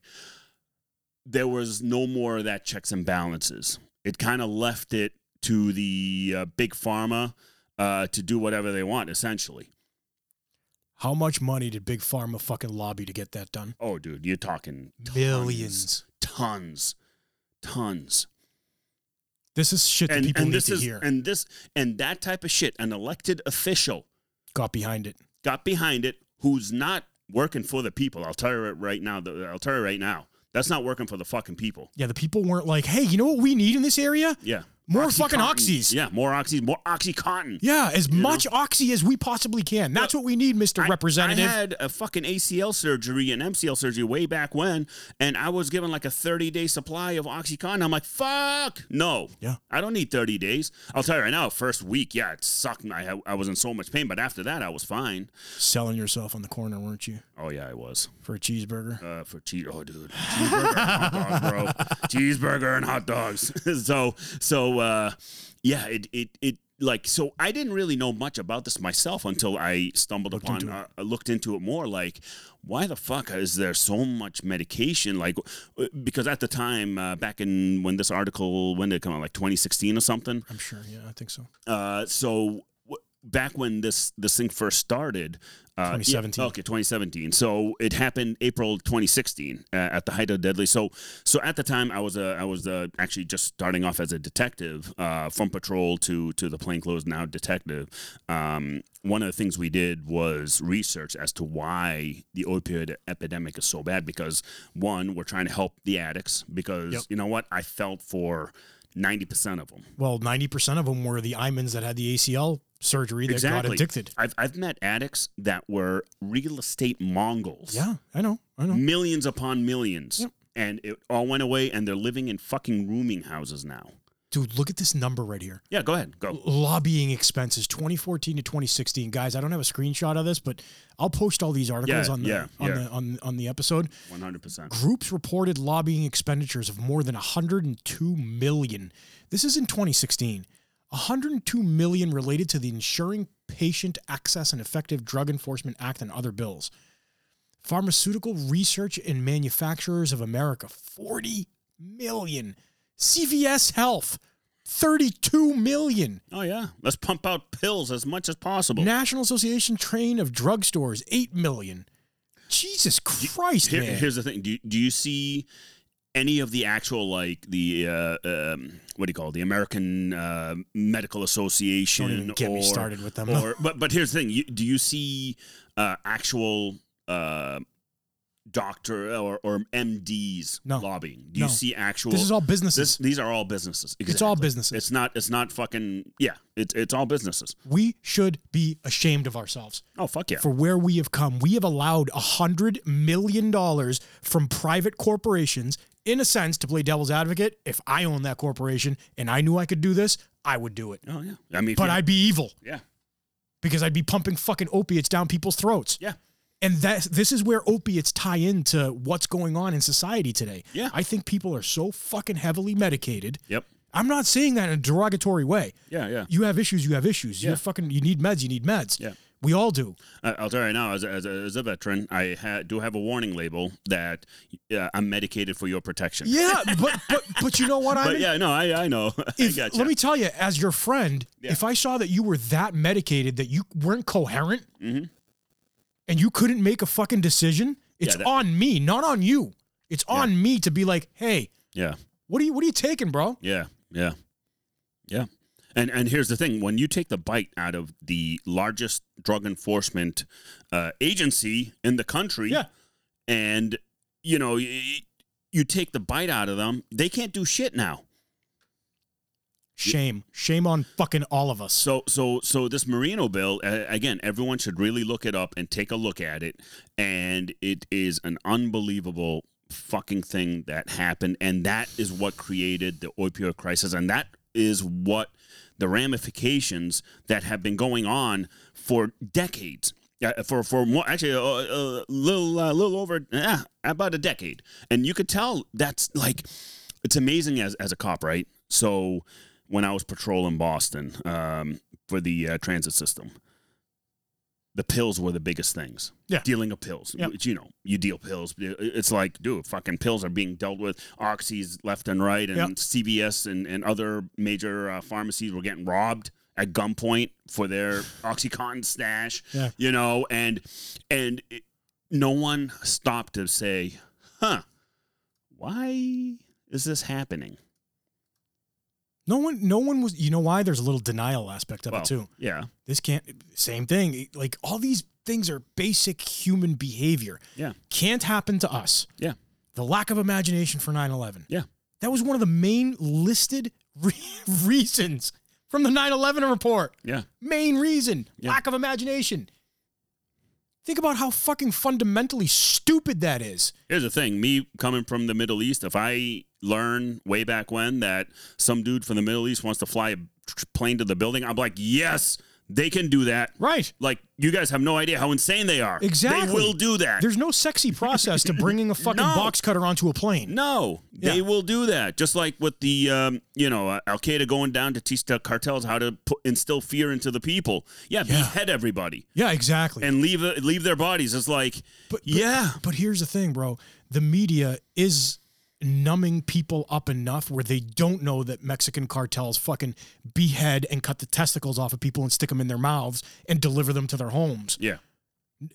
[SPEAKER 2] There was no more of that checks and balances. It kind of left it to the uh, big pharma uh, to do whatever they want, essentially.
[SPEAKER 1] How much money did Big Pharma fucking lobby to get that done?
[SPEAKER 2] Oh, dude, you're talking tons,
[SPEAKER 1] Billions.
[SPEAKER 2] tons, tons.
[SPEAKER 1] This is shit that people need
[SPEAKER 2] this
[SPEAKER 1] to
[SPEAKER 2] is
[SPEAKER 1] hear.
[SPEAKER 2] and this and that type of shit an elected official
[SPEAKER 1] Got behind it.
[SPEAKER 2] got behind it who's not working for the people i'll tell you it right now th- i'll tell you right now that's not working for the fucking people
[SPEAKER 1] Yeah, the people weren't like, hey, you know what we need in this area?
[SPEAKER 2] yeah
[SPEAKER 1] More fucking oxys.
[SPEAKER 2] yeah more oxys more oxycontin
[SPEAKER 1] Yeah, as
[SPEAKER 2] know?
[SPEAKER 1] much oxy as we possibly can. That's what we need, Mr.
[SPEAKER 2] I-
[SPEAKER 1] Representative.
[SPEAKER 2] I had a fucking ACL surgery and MCL surgery way back when, and I was given like a 30 day supply of Oxycontin. I'm like, fuck, no.
[SPEAKER 1] Yeah.
[SPEAKER 2] I don't need 30 days. I'll tell you right now, first week, yeah, it sucked. and I, ha- I was in so much pain, but after that, I was fine.
[SPEAKER 1] Selling yourself on the corner, weren't you?
[SPEAKER 2] Oh, yeah, I was.
[SPEAKER 1] For a cheeseburger.
[SPEAKER 2] uh, for cheese. Oh, dude, cheeseburger and hot dogs, bro. Cheeseburger and hot dogs. so, so uh, yeah, it, it, it. Like, so I didn't really know much about this myself until I stumbled
[SPEAKER 1] Looked
[SPEAKER 2] upon,
[SPEAKER 1] into
[SPEAKER 2] uh, I looked into it more. Like, why the fuck is there so much medication? Like, w- because at the time, uh, back in when this article, when did it come out? Like 2016 or something.
[SPEAKER 1] I'm sure. Yeah, I think so.
[SPEAKER 2] Uh, so w- back when this this thing first started, uh,
[SPEAKER 1] 2017.
[SPEAKER 2] yeah, okay, 2017. So it happened April 2016 uh, at the height of Deadly. So so at the time I was uh, I was uh, actually just starting off as a detective uh, from patrol to to the plainclothes now detective. Um, one of the things we did was research as to why the opioid epidemic is so bad because one we're trying to help the addicts because
[SPEAKER 1] Yep.
[SPEAKER 2] you know what I felt for 90% of them.
[SPEAKER 1] Well, 90% of them were the Imans that had the ACL surgery that got
[SPEAKER 2] Exactly.
[SPEAKER 1] addicted.
[SPEAKER 2] I've, I've met addicts that were real estate Mongols.
[SPEAKER 1] Yeah, I know. I know.
[SPEAKER 2] Millions upon millions.
[SPEAKER 1] Yep.
[SPEAKER 2] And it all went away, and they're living in fucking rooming houses now.
[SPEAKER 1] Dude, look at this number right here.
[SPEAKER 2] Yeah, go ahead. Go.
[SPEAKER 1] Lobbying expenses 2014 to 2016. Guys, I don't have a screenshot of this, but I'll post all these articles
[SPEAKER 2] Yeah,
[SPEAKER 1] on the
[SPEAKER 2] yeah,
[SPEAKER 1] on
[SPEAKER 2] yeah.
[SPEAKER 1] the on, on the episode.
[SPEAKER 2] 100%.
[SPEAKER 1] Groups reported lobbying expenditures of more than 102 million. This is in 2016. 102 million related to the Ensuring Patient Access and Effective Drug Enforcement Act and other bills. Pharmaceutical Research and Manufacturers of America 40 million. CVS Health 32 million.
[SPEAKER 2] Oh, yeah. Let's pump out pills as much as possible.
[SPEAKER 1] National Association Train of Drugstores 8 million. Jesus Christ,
[SPEAKER 2] Here-
[SPEAKER 1] man.
[SPEAKER 2] here's the thing do, you- do you see any of the actual, like, the, uh, um, what do you call it? The American uh, Medical Association?
[SPEAKER 1] Don't even get
[SPEAKER 2] or,
[SPEAKER 1] me started with them.
[SPEAKER 2] Or, but but here's the thing: you, do you see uh, actual uh, doctor or, or MDs
[SPEAKER 1] No.
[SPEAKER 2] lobbying? Do you
[SPEAKER 1] No.
[SPEAKER 2] see actual?
[SPEAKER 1] this is all
[SPEAKER 2] this-
[SPEAKER 1] businesses.
[SPEAKER 2] these are all businesses.
[SPEAKER 1] It's all
[SPEAKER 2] Exactly.
[SPEAKER 1] businesses.
[SPEAKER 2] It's not. It's not fucking. Yeah. It's it's all businesses.
[SPEAKER 1] we should be ashamed of ourselves
[SPEAKER 2] Oh fuck yeah.
[SPEAKER 1] for where we have come. We have allowed a hundred million dollars from private corporations, in a sense, to play devil's advocate. If I owned that corporation and I knew I could do this, I would do it.
[SPEAKER 2] oh yeah. I mean, if
[SPEAKER 1] But
[SPEAKER 2] you-
[SPEAKER 1] I'd be evil
[SPEAKER 2] yeah
[SPEAKER 1] because I'd be pumping fucking opiates down people's throats.
[SPEAKER 2] yeah.
[SPEAKER 1] And that this is where opiates tie into what's going on in society today.
[SPEAKER 2] Yeah.
[SPEAKER 1] I think people are so fucking heavily medicated.
[SPEAKER 2] Yep.
[SPEAKER 1] I'm not saying that in a derogatory way.
[SPEAKER 2] Yeah yeah.
[SPEAKER 1] you have issues, you have issues.
[SPEAKER 2] Yeah.
[SPEAKER 1] You're fucking you need meds, you need meds.
[SPEAKER 2] Yeah.
[SPEAKER 1] We all do.
[SPEAKER 2] I- I'll tell you right now, as a, as a, as a veteran, I ha- do have a warning label that uh, I'm medicated for your protection.
[SPEAKER 1] Yeah, but but but you know what I
[SPEAKER 2] But
[SPEAKER 1] mean?
[SPEAKER 2] yeah, no, I, I know. I
[SPEAKER 1] If-
[SPEAKER 2] gotcha.
[SPEAKER 1] Let me tell you, as your friend,
[SPEAKER 2] Yeah.
[SPEAKER 1] if I saw that you were that medicated that you weren't coherent
[SPEAKER 2] Mhm.
[SPEAKER 1] and you couldn't make a fucking decision, it's
[SPEAKER 2] Yeah, that-
[SPEAKER 1] on me, not on you. It's
[SPEAKER 2] Yeah.
[SPEAKER 1] on me to be like, hey,
[SPEAKER 2] yeah,
[SPEAKER 1] what are you what are you taking, bro?
[SPEAKER 2] yeah, yeah, yeah. And and here's the thing: when you take the bite out of the largest drug enforcement uh, agency in the country,
[SPEAKER 1] Yeah.
[SPEAKER 2] and you know you, you take the bite out of them, they can't do shit now.
[SPEAKER 1] Shame. Shame on fucking all of us.
[SPEAKER 2] So, so, so this Merino bill uh, again. Everyone should really look it up and take a look at it. And it is an unbelievable fucking thing that happened, and that is what created the opioid crisis, and that is what the ramifications that have been going on for decades. Uh, for for more, actually a uh, uh, little uh, little over uh, about a decade, and you could tell that's like it's amazing as as a cop, right? So when I was patrolling Boston um, for the uh, transit system, the pills were the biggest things.
[SPEAKER 1] Yeah.
[SPEAKER 2] dealing of pills,
[SPEAKER 1] Yep.
[SPEAKER 2] which you know you deal pills. It's like, dude, fucking pills are being dealt with. Oxy's left and right, and
[SPEAKER 1] Yep.
[SPEAKER 2] CVS and and other major uh, pharmacies were getting robbed at gunpoint for their OxyContin stash.
[SPEAKER 1] Yeah.
[SPEAKER 2] you know, and and it- no one stopped to say, huh, why is this happening?
[SPEAKER 1] No one no one was you know why? There's a little denial aspect of
[SPEAKER 2] Well,
[SPEAKER 1] it too.
[SPEAKER 2] Yeah,
[SPEAKER 1] This can't same thing. Like all these things are basic human behavior.
[SPEAKER 2] Yeah.
[SPEAKER 1] Can't happen to us.
[SPEAKER 2] Yeah.
[SPEAKER 1] The lack of imagination for 9/11.
[SPEAKER 2] Yeah.
[SPEAKER 1] That was one of the main listed re- reasons from the 9/11 report.
[SPEAKER 2] yeah,
[SPEAKER 1] Main reason,
[SPEAKER 2] Yeah.
[SPEAKER 1] lack of imagination. Think about how fucking fundamentally stupid that is.
[SPEAKER 2] Here's the thing, me coming from the Middle East, if I learn way back when that some dude from the Middle East wants to fly a tr- plane to the building, I'm like, yes, they can do that.
[SPEAKER 1] Right.
[SPEAKER 2] Like, you guys have no idea how insane they are. They
[SPEAKER 1] Exactly.
[SPEAKER 2] will do that.
[SPEAKER 1] There's no sexy process to bringing a fucking
[SPEAKER 2] No.
[SPEAKER 1] box cutter onto a plane.
[SPEAKER 2] no, they
[SPEAKER 1] Yeah.
[SPEAKER 2] will do that. Just like with the, um, you know, uh, Al Qaeda going down to teach the cartels how to put, instill fear into the people. Yeah,
[SPEAKER 1] Yeah.
[SPEAKER 2] behead everybody
[SPEAKER 1] Yeah, exactly.
[SPEAKER 2] and leave uh, leave their bodies. It's like,
[SPEAKER 1] But, but-
[SPEAKER 2] yeah,
[SPEAKER 1] But here's the thing, bro. The media is numbing people up enough where they don't know that Mexican cartels fucking behead and cut the testicles off of people and stick them in their mouths and deliver them to their homes.
[SPEAKER 2] yeah,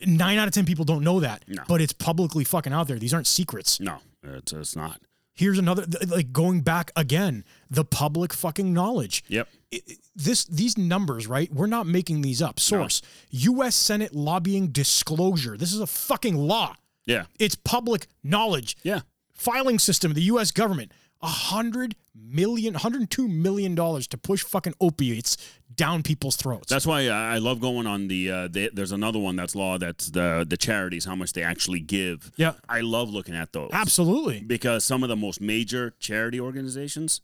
[SPEAKER 1] Nine out of 10 people don't know that,
[SPEAKER 2] No.
[SPEAKER 1] but it's publicly fucking out there. These aren't secrets.
[SPEAKER 2] no, it's, it's not.
[SPEAKER 1] Here's another, th- like going back again, the public fucking knowledge.
[SPEAKER 2] Yep.
[SPEAKER 1] It- it- This these numbers, right? We're not making these up. Source: U.S. Senate lobbying disclosure. This is a fucking law.
[SPEAKER 2] Yeah.
[SPEAKER 1] It's public knowledge.
[SPEAKER 2] Yeah.
[SPEAKER 1] Filing system of the US government. A hundred million, hundred and two million dollars to push fucking opiates down people's throats.
[SPEAKER 2] That's why I I love going on the, uh, the. There's another one that's law. That's the the charities how much they actually give.
[SPEAKER 1] yeah.
[SPEAKER 2] I love looking at those
[SPEAKER 1] Absolutely.
[SPEAKER 2] because some of the most major charity organizations,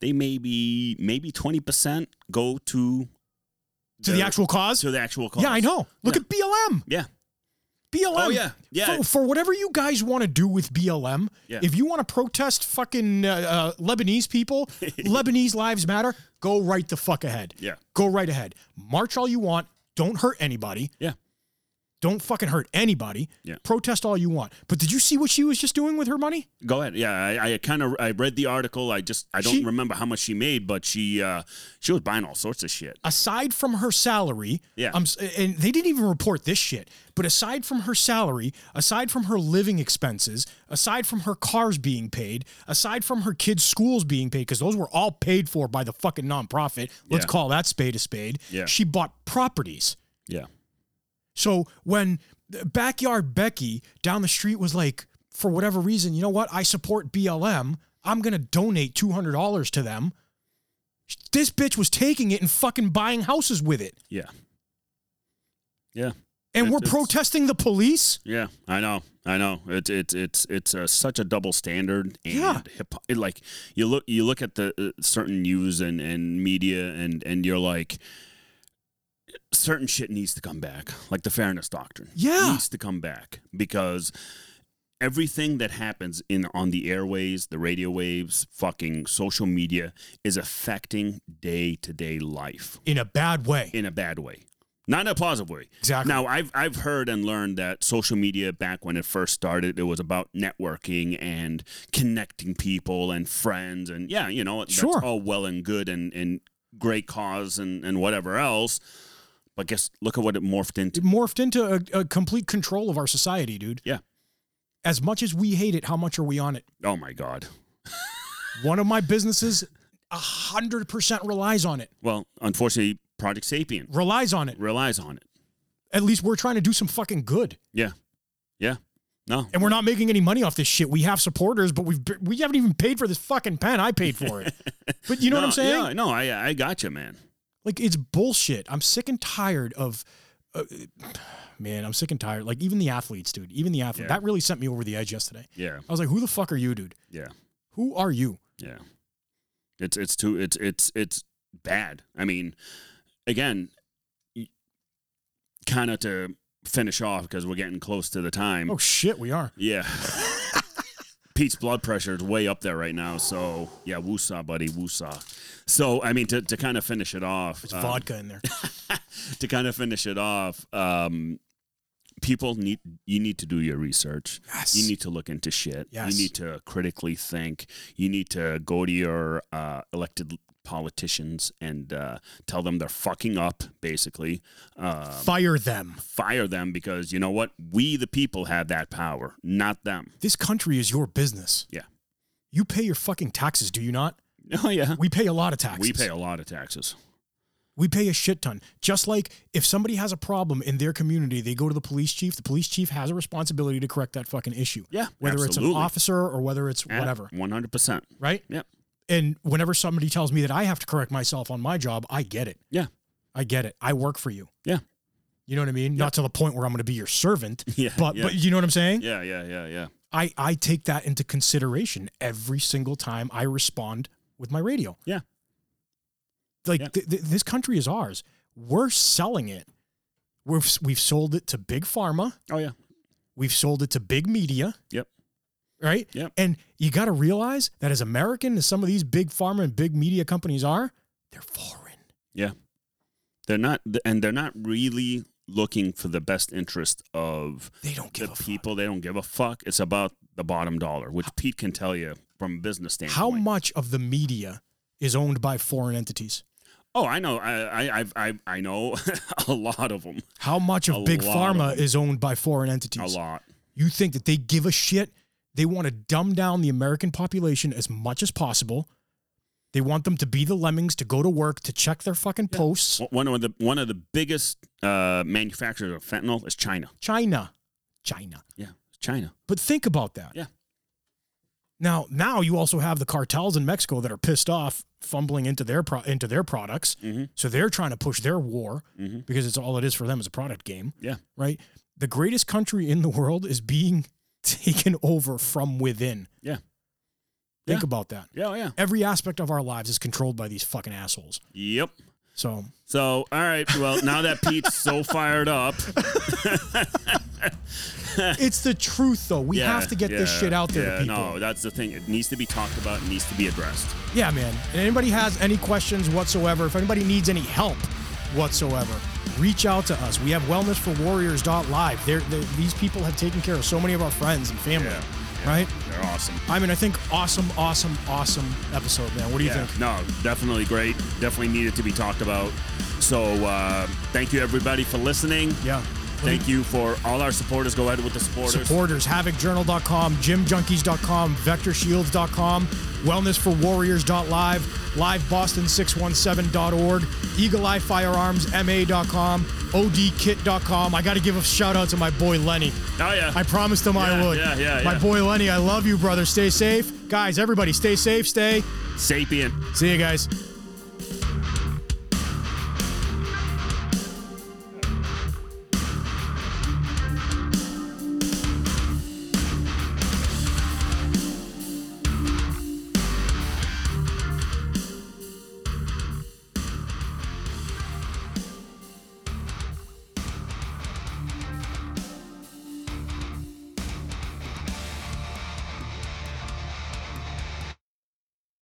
[SPEAKER 2] they maybe maybe twenty percent go to
[SPEAKER 1] To the actual cause?
[SPEAKER 2] to the actual cause.
[SPEAKER 1] Yeah, I know. Look
[SPEAKER 2] Yeah.
[SPEAKER 1] at BLM.
[SPEAKER 2] Yeah.
[SPEAKER 1] BLM.
[SPEAKER 2] Oh yeah. Yeah.
[SPEAKER 1] For, for whatever you guys want to do with BLM,
[SPEAKER 2] Yeah.
[SPEAKER 1] if you want to protest fucking uh, uh, Lebanese people, Lebanese lives matter, go right the fuck ahead.
[SPEAKER 2] yeah.
[SPEAKER 1] Go right ahead. March all you want. Don't hurt anybody.
[SPEAKER 2] Yeah.
[SPEAKER 1] Don't fucking hurt anybody.
[SPEAKER 2] Yeah.
[SPEAKER 1] Protest all you want. But did you see what she was just doing with her money?
[SPEAKER 2] Go ahead. Yeah. I, I kind of I read the article. I just I don't
[SPEAKER 1] She-
[SPEAKER 2] remember how much she made, but she uh she was buying all sorts of shit.
[SPEAKER 1] Aside from her salary,
[SPEAKER 2] Yeah.
[SPEAKER 1] um, s- and they didn't even report this shit. But aside from her salary, aside from her living expenses, aside from her cars being paid, aside from her kids' schools being paid, because those were all paid for by the fucking nonprofit. Let's
[SPEAKER 2] Yeah.
[SPEAKER 1] call that spade a spade.
[SPEAKER 2] Yeah.
[SPEAKER 1] She bought properties.
[SPEAKER 2] Yeah.
[SPEAKER 1] So when backyard Becky down the street was like, for whatever reason, you know what? I support BLM. I'm gonna donate two hundred dollars to them. This bitch was taking it and fucking buying houses with it,
[SPEAKER 2] Yeah. Yeah.
[SPEAKER 1] and we're
[SPEAKER 2] It's- it's-
[SPEAKER 1] protesting the police.
[SPEAKER 2] Yeah, I know, I know. It's it's it's it's uh, such a double standard and
[SPEAKER 1] Yeah.
[SPEAKER 2] hip- it, like you look you look at the uh, certain news and and media and and you're like, certain shit needs to come back, like the fairness doctrine.
[SPEAKER 1] Yeah.
[SPEAKER 2] needs to come back because everything that happens in on the airways, the radio waves, fucking social media is affecting day to day life
[SPEAKER 1] In a bad way.
[SPEAKER 2] in a bad way. Not in a positive way.
[SPEAKER 1] Exactly.
[SPEAKER 2] Now, I've I've heard and learned that social media back when it first started, it was about networking and connecting people and friends, and yeah, you know, that's
[SPEAKER 1] Sure.
[SPEAKER 2] all well and good and and great cause and and whatever else. But guess look at what it morphed into.
[SPEAKER 1] it morphed into a, a complete control of our society, dude.
[SPEAKER 2] Yeah.
[SPEAKER 1] As much as we hate it, how much are we on it?
[SPEAKER 2] Oh my God.
[SPEAKER 1] One of my businesses, hundred percent relies on it.
[SPEAKER 2] Well, unfortunately, Project Sapien
[SPEAKER 1] Relies on it.
[SPEAKER 2] relies on it.
[SPEAKER 1] At least we're trying to do some fucking good,
[SPEAKER 2] Yeah, yeah. No,
[SPEAKER 1] and we're not making any money off this shit. We have supporters, but we've we haven't even paid for this fucking pen. I paid for it, but you know what I'm saying?
[SPEAKER 2] Yeah, no, I I got you, man.
[SPEAKER 1] Like it's bullshit. I'm sick and tired of, uh, man. I'm sick and tired. Like even the athletes, dude. Even the athlete
[SPEAKER 2] Yeah.
[SPEAKER 1] that really sent me over the edge yesterday.
[SPEAKER 2] Yeah,
[SPEAKER 1] I was like, who the fuck are you, dude?
[SPEAKER 2] yeah.
[SPEAKER 1] Who are you?
[SPEAKER 2] Yeah. It's it's too it's it's it's bad. I mean, again, kind of to finish off because we're getting close to the time.
[SPEAKER 1] Oh shit, we are.
[SPEAKER 2] Yeah. Pete's blood pressure is way up there right now, so yeah, woosah, buddy, woosah. So I mean, to, to kind of finish it off,
[SPEAKER 1] It's
[SPEAKER 2] um,
[SPEAKER 1] vodka in there.
[SPEAKER 2] to kind of finish it off, um, people need you need to do your research.
[SPEAKER 1] Yes.
[SPEAKER 2] You need to look into shit.
[SPEAKER 1] Yes.
[SPEAKER 2] You need to critically think. You need to go to your uh, elected politicians and uh, tell them they're fucking up, basically. Uh,
[SPEAKER 1] Fire them.
[SPEAKER 2] fire them because you know what? We, the people, have that power, not them.
[SPEAKER 1] This country is your business.
[SPEAKER 2] Yeah.
[SPEAKER 1] You pay your fucking taxes, do you not?
[SPEAKER 2] Oh, yeah.
[SPEAKER 1] We pay a lot of taxes.
[SPEAKER 2] We pay a lot of taxes.
[SPEAKER 1] We pay a shit ton. Just like if somebody has a problem in their community, they go to the police chief. The police chief has a responsibility to correct that fucking issue.
[SPEAKER 2] Yeah.
[SPEAKER 1] Whether it's an officer or whether it's
[SPEAKER 2] Yeah,
[SPEAKER 1] whatever,
[SPEAKER 2] 100%.
[SPEAKER 1] right?
[SPEAKER 2] Yep.
[SPEAKER 1] And whenever somebody tells me that I have to correct myself on my job, I get it.
[SPEAKER 2] Yeah.
[SPEAKER 1] I get it. I work for you.
[SPEAKER 2] Yeah.
[SPEAKER 1] You know what I mean? Not to the point where I'm going to be your servant,
[SPEAKER 2] Yeah.
[SPEAKER 1] but
[SPEAKER 2] yeah.
[SPEAKER 1] but you know what I'm saying?
[SPEAKER 2] yeah, yeah, yeah, yeah.
[SPEAKER 1] I, I take that into consideration every single time I respond with my radio.
[SPEAKER 2] Yeah.
[SPEAKER 1] Like
[SPEAKER 2] Yeah.
[SPEAKER 1] Th- th- this country is ours. We're selling it. We've we've sold it to big pharma.
[SPEAKER 2] Oh, yeah.
[SPEAKER 1] We've sold it to big media.
[SPEAKER 2] Yep.
[SPEAKER 1] Right.
[SPEAKER 2] Yep.
[SPEAKER 1] And you got to realize that as American as some of these big pharma and big media companies are, they're foreign.
[SPEAKER 2] They're not, and they're not really looking for the best interest of
[SPEAKER 1] They don't give
[SPEAKER 2] the
[SPEAKER 1] a fuck.
[SPEAKER 2] people. They don't give a fuck. It's about the bottom dollar, which Pete can tell you from a business standpoint.
[SPEAKER 1] How much of the media is owned by foreign entities?
[SPEAKER 2] Oh, I know. I I I've, I I know a lot of them.
[SPEAKER 1] How much of
[SPEAKER 2] A
[SPEAKER 1] big
[SPEAKER 2] lot of
[SPEAKER 1] pharma
[SPEAKER 2] them.
[SPEAKER 1] is owned by foreign
[SPEAKER 2] A
[SPEAKER 1] entities?
[SPEAKER 2] lot.
[SPEAKER 1] You think that they give a shit? They want to dumb down the American population as much as possible. They want them to be the lemmings to go to work to check their fucking posts.
[SPEAKER 2] One of the one of the biggest uh, manufacturers of fentanyl is China.
[SPEAKER 1] China, China.
[SPEAKER 2] Yeah, China.
[SPEAKER 1] But think about that.
[SPEAKER 2] Yeah.
[SPEAKER 1] Now, now you also have the cartels in Mexico that are pissed off, fumbling into their pro- into their products.
[SPEAKER 2] Mhm.
[SPEAKER 1] So they're trying to push their war
[SPEAKER 2] Mhm.
[SPEAKER 1] because it's all it is for them is a product game.
[SPEAKER 2] Yeah.
[SPEAKER 1] Right. The greatest country in the world is being taken over from within.
[SPEAKER 2] Yeah.
[SPEAKER 1] Think
[SPEAKER 2] Yeah.
[SPEAKER 1] about that.
[SPEAKER 2] Yeah, oh, yeah.
[SPEAKER 1] every aspect of our lives is controlled by these fucking assholes.
[SPEAKER 2] Yep.
[SPEAKER 1] So
[SPEAKER 2] So, all right. Well, now that Pete's so fired up,
[SPEAKER 1] it's the truth, though. We
[SPEAKER 2] yeah,
[SPEAKER 1] have to get this
[SPEAKER 2] yeah,
[SPEAKER 1] shit out there
[SPEAKER 2] yeah,
[SPEAKER 1] to people.
[SPEAKER 2] No, that's the thing. It needs to be talked about. It needs to be addressed.
[SPEAKER 1] Yeah, man. And anybody has any questions whatsoever, if anybody needs any help whatsoever, reach out to us. We have wellnessforwarriors.live. They're, they're, these people have taken care of so many of our friends and family,
[SPEAKER 2] Yeah,
[SPEAKER 1] right?
[SPEAKER 2] They're awesome.
[SPEAKER 1] I mean, I think awesome, awesome, awesome episode, man. What do you
[SPEAKER 2] Yeah,
[SPEAKER 1] think?
[SPEAKER 2] no, definitely great. Definitely needed to be talked about. So, uh, thank you everybody for listening.
[SPEAKER 1] Yeah.
[SPEAKER 2] Thank you for all our supporters. Go ahead with the supporters.
[SPEAKER 1] supporters havocjournal.com gymjunkies.com vectorshields.com wellnessforwarriors.live liveboston617.org eagleeyefirearmsma.com odkit.com i gotta give a shout out to my boy lenny
[SPEAKER 2] Oh yeah.
[SPEAKER 1] i promised him i
[SPEAKER 2] Yeah,
[SPEAKER 1] would
[SPEAKER 2] yeah, yeah,
[SPEAKER 1] my
[SPEAKER 2] yeah.
[SPEAKER 1] boy lenny i love you brother stay safe guys everybody stay safe stay
[SPEAKER 2] Sapient.
[SPEAKER 1] see you guys